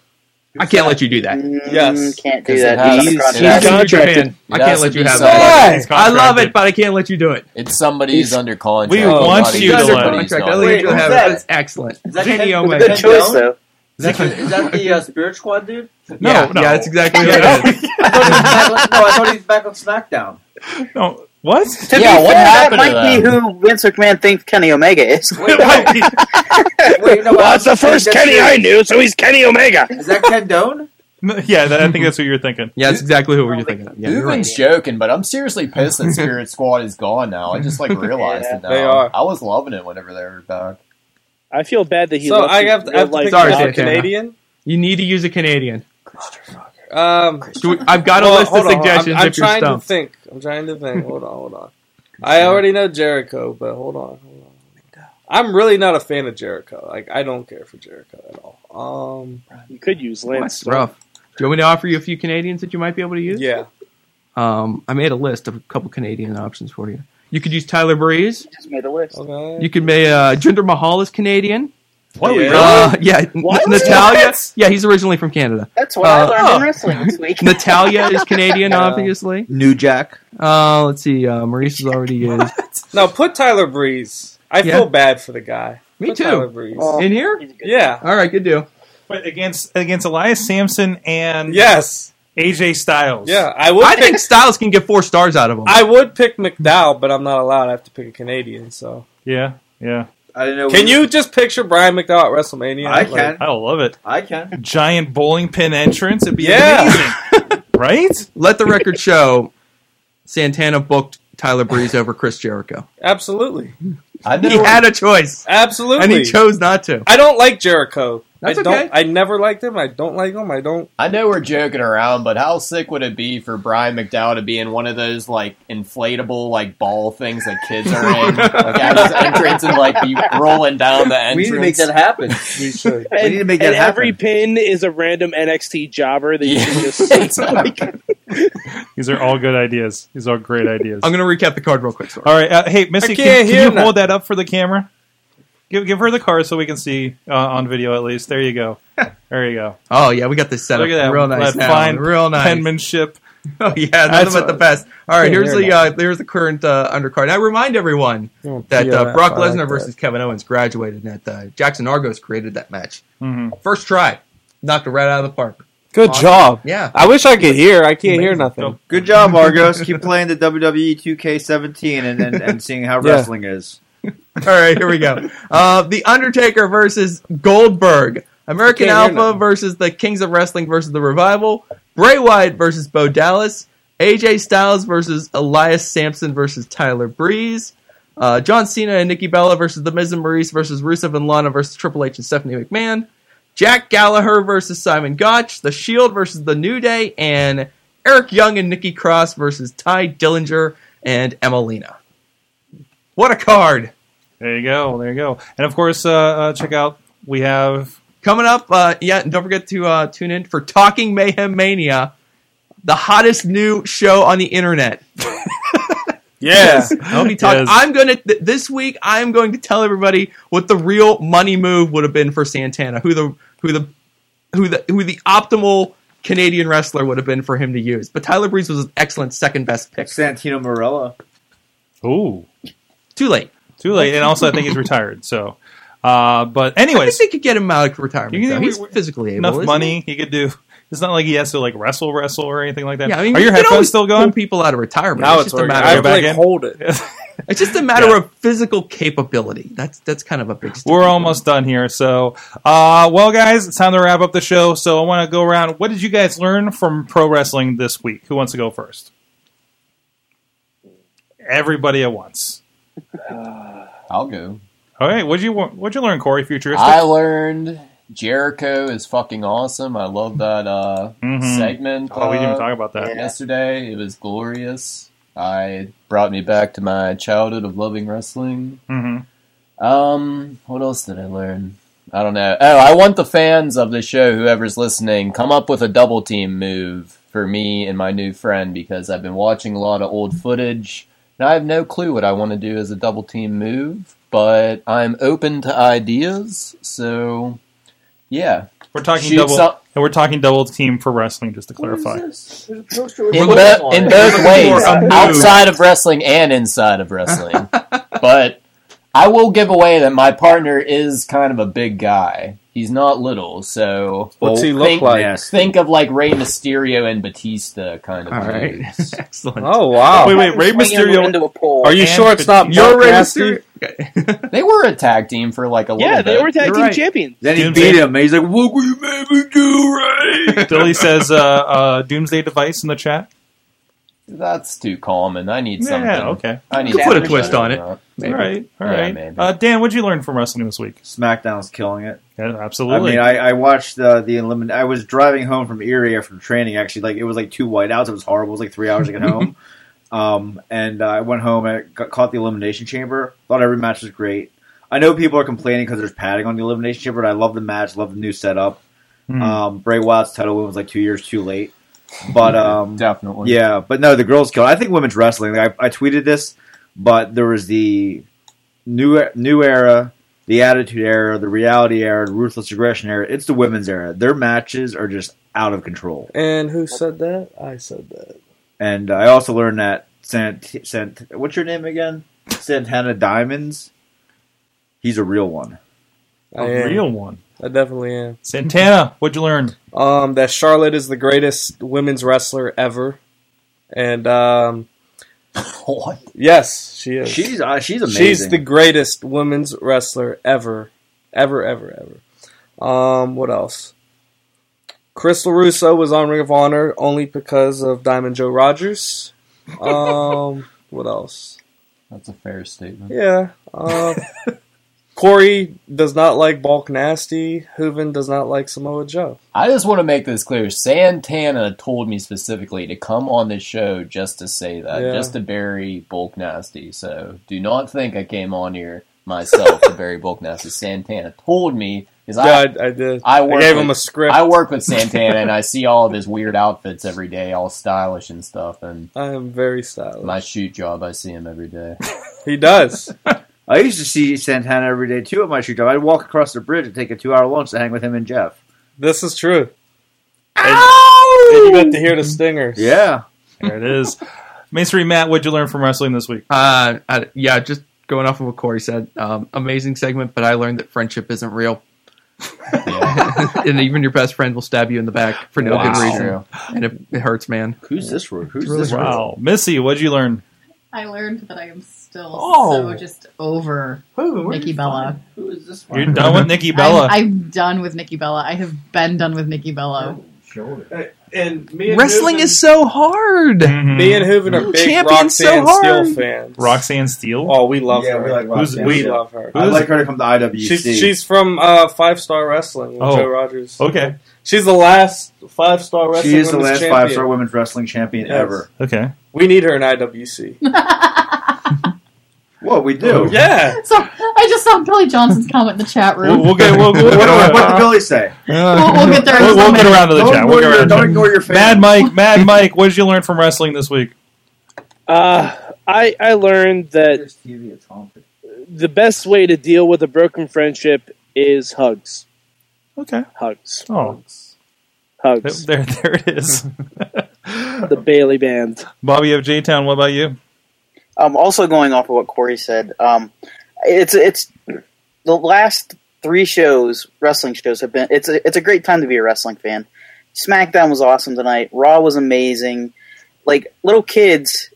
S10: I can't let you do that.
S16: Yes.
S7: can't do
S8: Because it
S7: that.
S8: has-
S7: He's-
S8: it has
S7: he's
S8: to be
S10: Japan.
S8: contracted.
S10: I
S8: It
S10: can't
S8: has
S10: let
S8: to
S10: you
S8: be
S10: have
S8: somebody-
S16: that.
S2: He's
S10: I love
S2: contracted.
S10: it, but I can't let you do it.
S8: It's somebody who's under contract.
S2: We
S8: It's
S2: want
S8: not
S2: you
S8: even
S2: to
S10: guys are
S2: let
S8: somebody who's
S10: contract.
S8: not
S10: I'll
S8: under
S10: let you
S14: Wait,
S10: have
S14: who's
S10: it.
S14: that?
S10: That's excellent.
S14: Is that
S10: Kenny
S14: Ken-
S10: Omega.
S7: Good choice though.
S14: Is that, is that the uh, Spirit Squad dude?
S2: No,
S10: yeah,
S2: no.
S10: yeah, that's exactly what it is.
S14: I thought he was back on, no, I thought he was back on SmackDown.
S2: No. What?
S7: To
S8: Yeah,
S7: be
S8: what
S7: fair, that
S8: happened to
S7: might be
S8: that?
S7: who Vince McMahon thinks Kenny Omega is.
S14: Wait, no, wait, no,
S6: Well, that's the first
S14: that's
S6: Kenny
S14: you.
S6: I knew, so he's Kenny Omega.
S14: Is that Ken Doan?
S2: No, yeah, that, I think that's what you're thinking.
S10: Yeah, that's exactly who you're thinking of. Yeah, you're right.
S8: Hooven's joking, but I'm seriously pissed that Spirit Squad is gone now. I just like realized
S7: Yeah,
S8: it now.
S16: they are.
S8: I was loving it whenever they were back.
S6: I feel bad that he.
S16: so
S6: left
S16: I
S6: his
S16: have to, I
S6: real
S16: have to
S6: life
S16: pick
S10: Sorry,
S16: out
S6: job.
S16: a
S10: Santana.
S16: Canadian.
S10: You need to use a Canadian.
S16: Um,
S10: Do we, I've got a
S16: well,
S10: list
S16: hold
S10: of
S16: on, hold on.
S10: suggestions
S16: I'm, I'm
S10: if you're
S16: trying to
S10: stumped.
S16: think. I'm trying to think. Hold on, hold on. I already know Jericho, but hold on, hold on.
S4: I'm really not a fan of Jericho. Like I don't care for Jericho at all. Um,
S6: you could use Lance.
S10: That's rough. Do you want me to offer you a few Canadians that you might be able to use?
S4: Yeah.
S10: Um, I made a list of a couple Canadian options for you. You could use Tyler Breeze.
S7: Just made a list.
S10: You could make uh, Jinder Mahal is Canadian.
S7: What, we
S10: Uh,
S7: really?
S10: yeah. N-
S7: What?
S10: Natalia.
S7: What?
S10: Yeah, he's originally from Canada.
S7: That's what I
S10: Uh,
S7: learned in wrestling this week.
S10: Natalia is Canadian, obviously.
S5: New Jack.
S10: Uh, let's see. Uh, Maurice is already used.
S4: No, put Tyler Breeze. I
S10: Yeah.
S4: feel bad for the guy.
S10: Me
S4: Put
S10: too.
S4: Tyler Breeze.
S14: Oh.
S10: In here?
S4: Yeah.
S10: All right, good deal.
S2: But against against Elias Sampson and
S4: yes,
S2: AJ Styles.
S4: Yeah, I would.
S10: I
S4: pick,
S10: think Styles can get four stars out of him.
S4: I would pick McDowell, but I'm not allowed. I have to pick a Canadian. So
S2: yeah, yeah.
S14: I didn't know.
S4: Can you just picture Brian McDowell at WrestleMania?
S14: I can.
S2: I love it.
S14: I can.
S2: Giant bowling pin entrance. It'd be amazing. right?
S10: Let the record show Santana booked Tyler Breeze over Chris Jericho.
S4: Absolutely.
S10: I he had a choice.
S4: Absolutely.
S10: And he chose not to.
S4: I don't like Jericho.
S10: That's
S4: I don't,
S10: okay.
S4: I never liked him. I don't like him. I don't.
S8: I know we're joking around, but how sick would it be for Brian McDowell to be in one of those like inflatable like ball things that kids are in, like at his entrance and like be rolling down the entrance?
S6: We need to make that
S8: happen.
S4: We should.
S6: And, and every pin is a random NXT jobber that you can just like.
S2: These are all good ideas. These are great ideas.
S10: I'm going to recap the card real quick. Sorry.
S2: All right, uh, hey Missy,
S10: I
S2: can,
S10: can't
S2: can
S10: hear
S2: you
S10: nothing.
S2: hold that up for the camera? Give give her the card so we can see uh, on video at least. There you go. There you go.
S10: Oh yeah, we got this set
S2: Look
S10: up
S2: at that
S10: real nice
S2: that
S10: now.
S2: fine
S10: real nice
S2: penmanship.
S10: Oh yeah, none
S2: That's
S10: of it the
S2: what-
S10: best. All right,
S2: Yeah,
S10: here's
S2: very
S10: the uh, here's the current uh, undercard. I remind everyone
S2: Oh,
S10: that
S2: yeah,
S10: uh, Brock
S2: I like
S10: Lesnar
S2: that.
S10: versus Kevin Owens graduated and that uh, Jackson Argos created that match.
S2: Mhm.
S10: First try, knocked it right out of the park.
S4: Good
S10: Awesome.
S4: job.
S10: Yeah,
S4: Oh, I wish I could hear. I can't hear nothing.
S5: Good job, Argos. Keep playing the E WWE 2K17 and and, and seeing how
S4: Yeah.
S5: wrestling is.
S10: All right, here we go. Uh, the Undertaker versus Goldberg. American
S5: I can't hear
S10: Alpha versus the Kings of Wrestling versus the Revival. Bray Wyatt versus Bo Dallas. AJ Styles versus Elias Sampson versus Tyler Breeze. Uh, John Cena and Nikki Bella versus The Miz and Maurice versus Rusev and Lana versus Triple H and Stephanie McMahon. Jack Gallagher versus Simon Gotch. The Shield versus The New Day. And Eric Young and Nikki Cross versus Ty Dillinger and Emelina. What a card!
S2: There you go. There you go. And of course, uh, uh, check out we have
S10: coming up. Uh, yeah, and don't forget to uh, tune in for Talking Mayhem Mania, the hottest new show on the internet.
S4: Yeah,
S10: I'll be talking.
S2: Yes.
S10: I'm gonna th- this week. I'm going to tell everybody what the real money move would have been for Santana. Who the who the who the who the optimal Canadian wrestler would have been for him to use. But Tyler Breeze was an excellent second best pick.
S14: Santino Morella.
S2: Ooh,
S10: too late.
S2: Too late. And also, I think he's retired. So, uh, but
S10: I
S2: anyways,
S10: think they could get him out of retirement.
S2: You think
S10: though.
S2: we-
S10: He's physically able.
S2: enough
S10: isn't
S2: money he could do. It's not like he has to like wrestle, wrestle or anything like
S10: he?
S2: that.
S10: Yeah, I mean,
S2: Are
S10: you
S2: your
S10: can
S2: headphones
S10: always
S2: still
S10: pull
S2: going?
S10: people out of retirement.
S2: Now it's
S10: it's, just a
S2: working.
S10: matter
S2: I
S10: of
S2: have to, like, hold
S4: it.
S10: It's just a matter of physical capability. That's that's kind of a big. St-
S2: We're almost done here. So, uh, well, guys, it's time to wrap up the show. So, I want to go around. What did you guys learn from pro wrestling this week? Who wants to go first? Everybody at once.
S8: I'll go.
S2: All right. What'd you wa- What'd you learn, Corey? Futuristic.
S8: I learned Jericho is fucking awesome. I love that uh,
S2: Mhm.
S8: segment.
S2: Oh, we didn't even
S8: uh,
S2: talk about that.
S8: yesterday. It was glorious. I brought me back to my childhood of loving wrestling.
S2: Mm-hmm.
S8: Um, what else did I learn? I don't know. Oh, I want the fans of the show, whoever's listening, come up with a double team move for me and my new friend because I've been watching a lot of old footage and I have no clue what I want to do as a double team move, but I'm open to ideas. So, yeah.
S2: We're talking
S8: Shoot
S2: double,
S8: some-
S2: and we're talking double team for wrestling, just to clarify.
S8: in, bo- in both ways, outside of wrestling and inside of wrestling. but I will give away that my partner is kind of a big guy. He's not little, so
S4: What's he look
S8: think,
S4: like?
S8: Think of like Rey Mysterio and Batista kind of.
S10: All right.
S8: dudes.
S10: Excellent.
S4: Oh wow.
S2: Wait, wait, Rey
S7: Swinging
S2: Mysterio.
S7: into a pole.
S4: Are you
S2: and
S4: sure it's not
S2: Batista.
S4: You're
S8: Rey
S4: Cassidy?
S8: They were a tag team for like a
S6: yeah,
S8: little bit.
S6: they were tag
S8: You're
S6: team
S8: right.
S6: champions.
S14: Then he
S2: Doomsday.
S14: beat him. And he's like, "What were you made me do, Ray?"
S2: Billy says uh, uh, "Doomsday Device" in the chat.
S8: That's too common. I need
S2: Yeah,
S8: something.
S2: okay.
S8: I need
S10: You could put a
S8: something
S10: twist on it.
S8: better than
S2: All right, all
S8: Yeah,
S2: right.
S8: maybe.
S2: uh, Dan, what'd you learn from wrestling this week?
S14: SmackDown's killing it.
S2: Yeah, absolutely.
S14: I mean, I, I watched uh, the elimin. I was driving home from Erie after training. Actually, like it was like two whiteouts. It was horrible. It was like three hours to get home. Um, and uh, I went home and got, caught the elimination chamber. Thought every match was great.
S5: I know people are complaining because there's padding on the elimination chamber, and I love the match, love the new setup.
S17: Mhm.
S5: Um, Bray Wyatt's title win was like two years too late, but um,
S8: definitely,
S5: yeah. But no, the girls killed. I think women's wrestling. I, I tweeted this, but there was the new new era, the attitude era, the reality era, the ruthless aggression era. It's the women's era. Their matches are just out of control.
S18: And who said that? I said that.
S5: And I also learned that Sant, Sant what's your name again? Santana Diamonds. He's a real one.
S4: A I am. real one. I definitely am.
S2: Santana, what'd you learn?
S4: Um, that Charlotte is the greatest women's wrestler ever, and um,
S5: what?
S4: Yes, she is.
S5: She's, uh, she's
S4: She's
S5: amazing.
S4: the greatest women's wrestler ever, ever, ever, ever. Um, what else? Crystal Russo was on Ring of Honor only because of Diamond Joe Rogers. Um, what else?
S8: That's a fair statement.
S4: Yeah. Uh, Corey does not like Bulk Nasty. Hooven does not like Samoa Joe.
S8: I just want to make this clear. Santana told me specifically to come on this show just to say that,
S4: Yeah.
S8: just to bury Bulk Nasty. So do not think I came on here myself to bury Bulk Nasty. Santana told me because
S4: Yeah, I, I did.
S8: I,
S4: I
S8: work
S4: gave
S8: with,
S4: him a script.
S8: I work with Santana and I see all of his weird outfits every day, all stylish and stuff. And
S4: I am very stylish.
S8: My shoot job, I see him every day.
S4: He does.
S5: I used to see Santana every day too at my shoot job. I'd walk across the bridge and take a two-hour lunch to hang with him and Jeff.
S4: This is true. And, and you got to hear the stingers.
S5: Yeah.
S2: There it is. Mainstream Matt, what'd you learn from wrestling this week?
S10: Uh, I, yeah, just going off of what Corey said, um, amazing segment, but I learned that friendship isn't real. and even your best friend will stab you in the back for no
S2: Wow.
S10: good reason,
S2: True.
S10: and it, it hurts, man.
S5: Who's this? Who's
S10: really this rude.
S2: Wow, Missy, what'd you learn?
S12: I learned that I am still
S15: Oh.
S12: so just over
S15: where'd
S12: Nikki
S15: you
S12: Bella.
S15: find- who is this
S2: You're done with Nikki Bella.
S12: I'm, I'm done with Nikki Bella. I have been done with Nikki Bella.
S15: Oh,
S18: And me and
S10: Wrestling
S18: Newman-
S10: is so hard.
S2: Mm-hmm.
S4: Me and Hooven are big
S10: Champion's so
S4: Roxanne
S10: hard.
S4: Steel fans.
S2: Roxanne Steele.
S4: Oh, we love
S5: Yeah,
S4: her.
S5: we like
S2: Who's-
S5: Roxanne
S2: we-
S5: Steele.
S4: love her.
S5: I'd
S4: Who's-
S5: like her to come to IWC.
S4: She's, she's from uh, Five Star Wrestling with
S5: Oh,
S4: Joe Rogers.
S2: okay.
S4: She's the last Five Star Wrestling.
S5: she is the
S4: women's
S5: last
S4: champion.
S5: five-star women's wrestling champion
S4: Yes.
S5: ever.
S2: Okay.
S4: We need her in IWC.
S5: What we do?
S4: Oh, Yeah.
S12: So I just saw Billy Johnson's comment in the chat room.
S2: We'll, we'll get. We'll, we'll,
S5: What do I- what did Billy say?
S12: We'll- we'll get there in
S2: Uh, We'll,
S12: a
S2: we'll get
S12: minute.
S2: around to the
S12: Don't
S2: chat. We'll
S12: ignore your-
S2: get around to the
S12: don't
S2: chat.
S12: ignore your
S2: Mad
S12: fans.
S2: Mike, Mad Mike, what did you learn from wrestling this week?
S6: Uh, I I learned that the best way to deal with a broken friendship is hugs.
S2: Okay.
S6: Hugs.
S2: Oh.
S6: Hugs.
S2: There, there it is.
S6: the Bailey Band.
S2: Bobby of J Town, what about you?
S7: Um, also going off of what Corey said, um, it's it's the last three shows, wrestling shows have been. It's a, it's a great time to be a wrestling fan. SmackDown was awesome tonight. Raw was amazing. Like little kids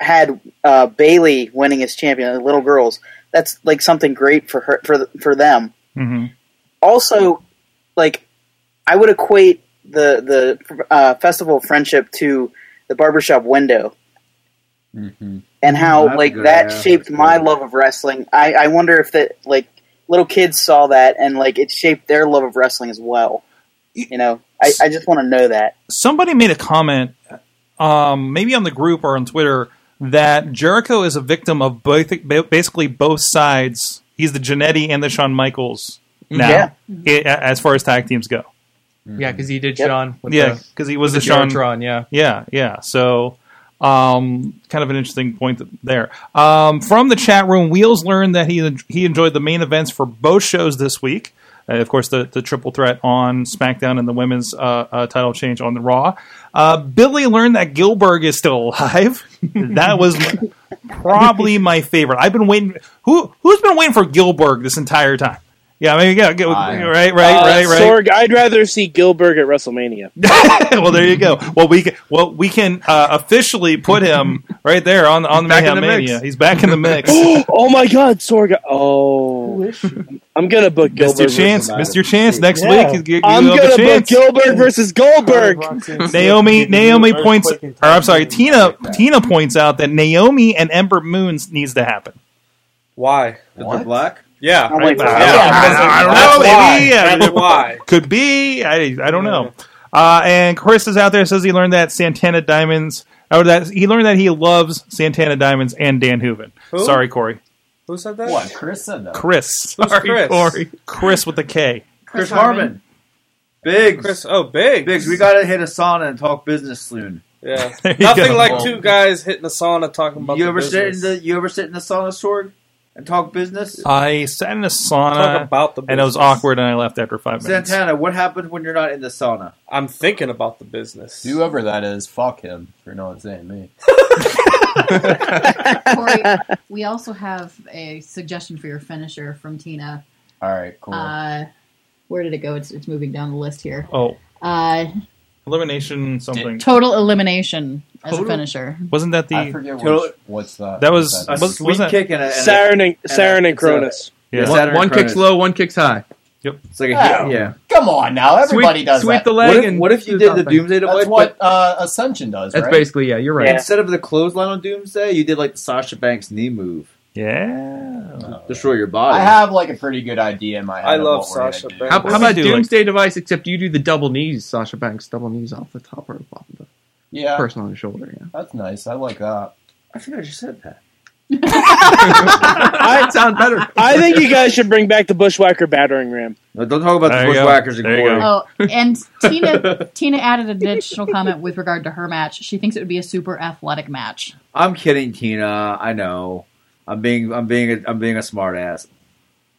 S7: had uh, Bailey winning as champion. the Little girls, that's like something great for her for for them also like I would equate the the uh, festival of friendship to the barbershop window and how
S19: Mm, That's
S7: like
S19: good,
S7: that
S19: yeah,
S7: shaped my love of wrestling. I, I wonder if that like little kids saw that and like it shaped their love of wrestling as well. You know, I, I just want to know that.
S2: Somebody made a comment, um, maybe on the group or on Twitter, that Jericho is a victim of both, ba- basically both sides. He's the Janetti and the Shawn Michaels now,
S10: Yeah.
S2: i- a- as far as tag teams go.
S10: Yeah, because he did
S2: Yep.
S10: Sean. With
S2: yeah,
S10: the-
S2: because he was the,
S10: with
S2: Sean
S10: Geratron, yeah.
S2: yeah, yeah. So, um, kind of an interesting point th- there. Um, from the chat room, Wheels learned that he he enjoyed the main events for both shows this week. Uh, of course, the, the triple threat on SmackDown and the women's uh, uh, title change on the Raw. Uh, Billy learned that Gilbert is still alive. that was probably my favorite. I've been waiting. Who who's been waiting for Gilbert this entire time? Yeah, I mean, yeah, go- right, right,
S6: Uh,
S2: right, right.
S6: Sorg, I'd rather see Gilbert at WrestleMania.
S2: well, there you go. Well, we can, well we can uh, officially put him right there on on the
S6: Back
S2: Mayhem
S6: in the mix.
S2: Mania. He's back in the mix.
S6: oh my God, Sorg! Oh, I'm gonna book
S2: Missed
S6: Gilbert.
S2: your chance.
S6: versus-
S2: Missed your chance next
S6: Yeah.
S2: week. You- you
S6: I'm
S2: have a
S6: gonna book
S2: chance.
S6: Gilbert versus Goldberg.
S2: Naomi Naomi points or I'm sorry, Tina Tina points out that Naomi and Ember Moon needs to happen.
S4: Why?
S5: What? Black?
S4: Yeah.
S2: I like
S4: Yeah,
S2: that.
S4: because
S2: I don't
S4: that's
S2: know,
S4: why.
S2: maybe. I don't
S4: That's
S2: know.
S4: why.
S2: Could be. I, I don't know. Uh, and Chris is out there says he learned that Santana Diamonds. Oh, that he learned that he loves Santana Diamonds and Dan Hooven.
S4: Who?
S2: Sorry, Corey.
S4: Who said that?
S8: What? Chris said that.
S2: Chris.
S4: Who's Chris?
S2: Chris with the K.
S5: Chris, Harmon. Biggs.
S4: Chris, oh, Biggs.
S5: Biggs, we got to hit a sauna and talk business soon.
S4: Yeah.
S5: There you
S4: Nothing
S5: go.
S4: like two guys hitting a sauna talking about
S5: You
S4: the
S5: ever sit in
S4: business.
S5: the you ever sit in the sauna sword and talk business?
S2: Uh, I sat in a sauna
S5: Talk about the
S2: and it was
S5: business.
S2: awkward and I left after five minutes.
S5: Santana, what happens when you're not in the sauna?
S4: I'm thinking about the business.
S8: Whoever that is, fuck him for not saying me.
S12: Corey, we also have a suggestion for your finisher from Tina.
S8: All right, cool.
S12: Uh, where did it go? It's, it's moving down the list here.
S2: oh,
S12: Uh,
S2: elimination something.
S12: total elimination as
S2: Total-
S12: a finisher.
S2: Wasn't that the
S8: I forget which- what's that?
S2: That was
S8: A
S2: was,
S8: sweet
S2: wasn't
S8: kick and a- and a-
S6: Saturn and- and a- Saturn and it's a- Cronus.
S2: Yeah.
S10: One, one kick's low, one kick's high.
S2: Yep.
S5: It's like
S8: Oh,
S10: yeah.
S8: Come on now, everybody
S10: Sweep-
S8: does
S10: sweep
S8: that.
S10: the leg What if- and what if you do did the something. Doomsday
S8: That's
S10: Device,
S8: what uh, Ascension does.
S10: That's
S8: right?
S10: basically yeah. You're right.
S5: Instead of the clothesline on Doomsday, you did like the Sasha Banks knee move.
S2: Yeah.
S5: Destroy your
S8: I
S5: body.
S8: have like a pretty good idea in my head.
S5: I
S8: of
S5: love
S8: what we're gonna
S5: Sasha
S8: do.
S10: How, how about Doomsday Device? Except you do the double knees, Sasha Banks double knees off the top rope, off the
S8: Yeah.
S10: person on the shoulder. Yeah.
S8: That's nice. I like that.
S5: I think I just said that.
S10: I sound better.
S6: I think you guys should bring back the bushwhacker battering ram.
S5: No, don't talk about
S6: There
S5: the
S6: you go.
S5: bushwhackers and
S6: There you
S5: Corey.
S12: Oh, and Tina Tina added an additional comment with regard to her match. She thinks it would be a super athletic match.
S5: I'm kidding, Tina. I know. I'm being I'm being a, I'm being a smartass.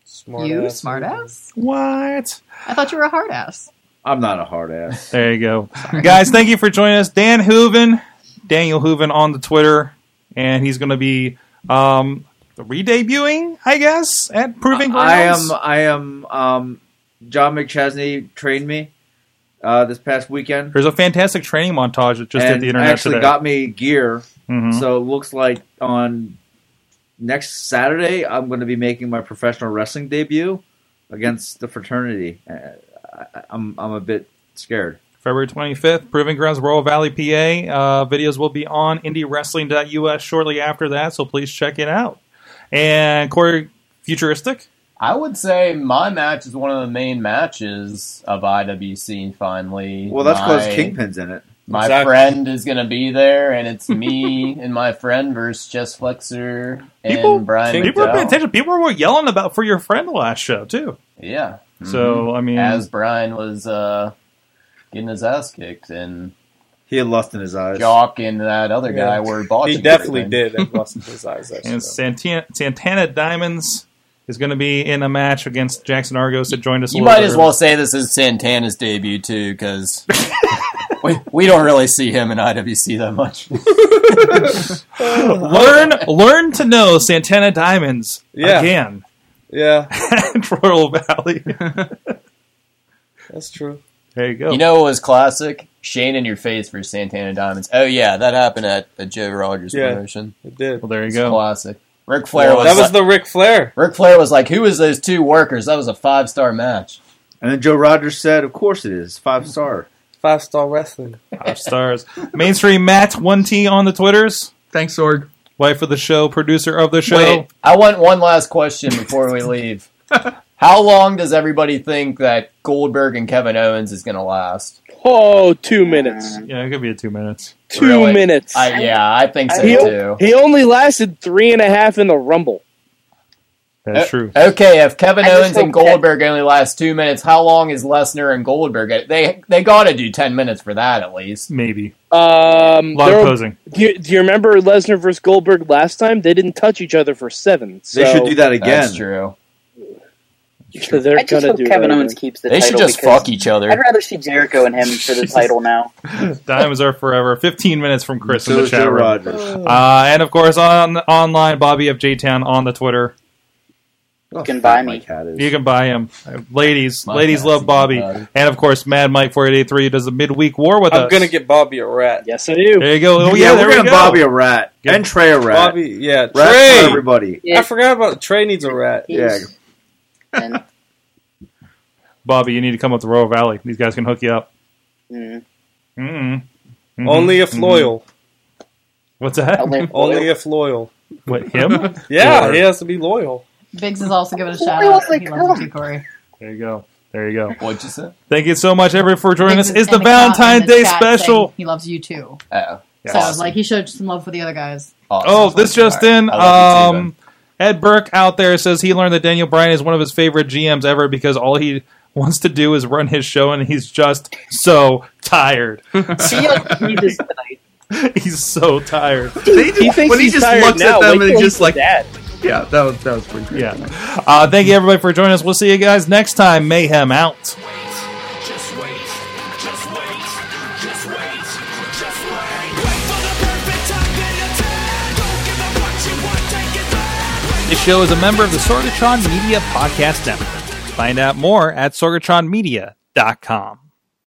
S4: Smart
S12: you smartass.
S2: What?
S12: I thought you were a hard ass.
S5: I'm not a hard ass.
S2: There you go. Guys, thank you for joining us. Dan Hooven, Daniel Hooven on the Twitter, and he's going to be um, re-debuting, I guess, at Proving
S5: I
S2: Grounds.
S5: am I am um John McChesney trained me uh this past weekend.
S2: There's a fantastic training montage that just hit
S5: and
S2: the internet
S5: actually
S2: today.
S5: got me gear.
S2: Mhm.
S5: So it looks like on next Saturday I'm going to be making my professional wrestling debut against the fraternity. Uh, I, I- I'm I'm a bit scared.
S2: February 25th, Proving Grounds, Royal Valley, PA. Uh, videos will be on indiewrestling.us shortly after that, so please check it out. And Corey, futuristic?
S8: I would say my match is one of the main matches of IWC. Finally,
S5: Well, that's because
S8: My-
S5: Kingpin's in it.
S8: My friend is going to be there, and it's me and my friend versus Jess Flexer and
S2: People,
S8: Brian.
S2: people are paying
S8: McDowell.
S2: attention. People were yelling about for your friend last show, too.
S8: Yeah.
S2: So,
S8: Mhm.
S2: I mean-
S8: as Brian was uh, getting his ass kicked, and
S5: he had lust in his eyes.
S8: Jock and that other guy were botching.
S4: He definitely
S8: everything.
S4: did have lost his eyes. Actually.
S2: And Santana, Santana Diamonds is going to be in a match against Jackson Argos that joined us. a
S8: You
S2: little
S8: might as
S2: earlier.
S8: well say this is Santana's debut too, because we we don't really see him in IWC that much.
S2: learn learn to know Santana Diamonds
S4: Yeah.
S2: again
S4: Yeah,
S2: at Royal Valley.
S4: that's true.
S2: There you go.
S8: You know what was classic? Shane in your face for Santana Diamonds. Oh yeah, that happened at a Joe Rogers
S4: Yeah,
S8: promotion.
S4: It did.
S2: Well, there you
S8: It's
S2: go.
S8: Classic. Ric Flair
S4: Well,
S8: was
S4: that was
S8: like-
S4: the Ric Flair.
S8: Ric Flair was like, "Who is those two workers?" That was a five star match.
S5: And then Joe Rogers said, "Of course it is five star."
S4: Five star wrestling.
S2: Five stars. Mainstream Matt one T on the Twitters.
S10: Thanks, Org.
S2: Wife of the show, producer of the show.
S8: Wait, I want one last question before we leave. How long does everybody think that Goldberg and Kevin Owens is going to last?
S6: Oh, two minutes.
S5: Uh,
S2: Yeah, it could be a two minutes.
S6: Two
S8: Really?
S6: minutes.
S8: I- yeah, I think so,
S6: he,
S8: too.
S6: He only lasted three and a half in the Rumble.
S2: That's
S8: O-
S2: true.
S8: Okay, if Kevin
S6: I just
S8: Owens and
S6: hope that-
S8: Goldberg only last two minutes, how long is Lesnar and Goldberg? They they got to do ten minutes for that at least.
S2: Maybe.
S6: Um,
S8: Lot of
S6: there were-
S8: posing.
S6: Do you, do you remember Lesnar versus Goldberg last time? They didn't touch each other for seven.
S5: They
S6: so-
S5: should do that again.
S8: true.
S6: They're
S7: I just
S6: gonna
S7: hope
S6: do
S7: Kevin
S6: that
S7: Owens
S6: again.
S7: keeps the
S8: They should
S7: title
S8: just
S7: because
S8: fuck each other.
S7: I'd rather see Jericho and him for the title now.
S2: Diamonds are forever. Fifteen minutes from Chris
S5: So
S2: in the
S5: is
S2: chat
S5: Joe
S2: room.
S5: Rogers.
S2: Uh, and of course on online Bobby of J Town on the Twitter.
S19: Oh,
S7: You can buy me.
S2: You can buy him. Ladies,
S4: My
S2: ladies
S4: cat's
S2: love
S4: eating
S2: Bobby.
S4: Bobby.
S2: And of course Mad Mike four eight eight three does a midweek war with
S4: I'm
S2: us.
S4: gonna get Bobby a rat.
S6: Yes, I do.
S2: There you go. Oh, yeah,
S5: we're
S2: there we
S5: gonna
S2: go.
S5: Bobby a rat
S2: Yeah.
S5: and Trey a rat.
S4: Bobby, yeah,
S5: Rat for
S4: Trey.
S5: everybody.
S4: I forgot about Trey needs a rat.
S5: Yeah.
S2: Bobby, you need to come up to Royal Valley. These guys can hook you up.
S7: Mm.
S2: Mm-mm. Mhm.
S4: Only if
S2: Mhm.
S4: loyal.
S2: What's that?
S4: Only if loyal.
S2: What him?
S4: Yeah,
S2: Or-
S4: he has to be loyal.
S12: Biggs is also given a shout
S7: was
S12: out. He loves you, too, Corey.
S2: There you go. There you go.
S8: What'd you say?
S2: Thank you so much, everyone, for joining us.
S12: Biggs
S2: It's the
S12: in chat-
S2: Valentine's
S12: in the
S2: Day
S12: chat
S2: special.
S12: saying He loves you too.
S8: Oh,
S12: So I was like, he showed some love for the other guys.
S2: oh, this just in.
S8: I love you too,
S2: um, Ed Burke out there says he learned that Daniel Bryan is one of his favorite GMs ever because all he wants to do is run his show and he's just so tired.
S7: See how he does
S2: he's so tired.
S10: He thinks when he he's just tired looks at now, them wait and till just he's like- Yeah, that was that was pretty great.
S2: Yeah. Uh, thank you everybody for joining us. We'll see you guys next time. Mayhem out.
S3: Just wait, just wait, just wait, just wait. Wait for the perfect time then attack. Don't give up what you want, take it back.
S2: This show is a member of the Sorgatron Media Podcast Network. Find out more at sorgatronmedia.com.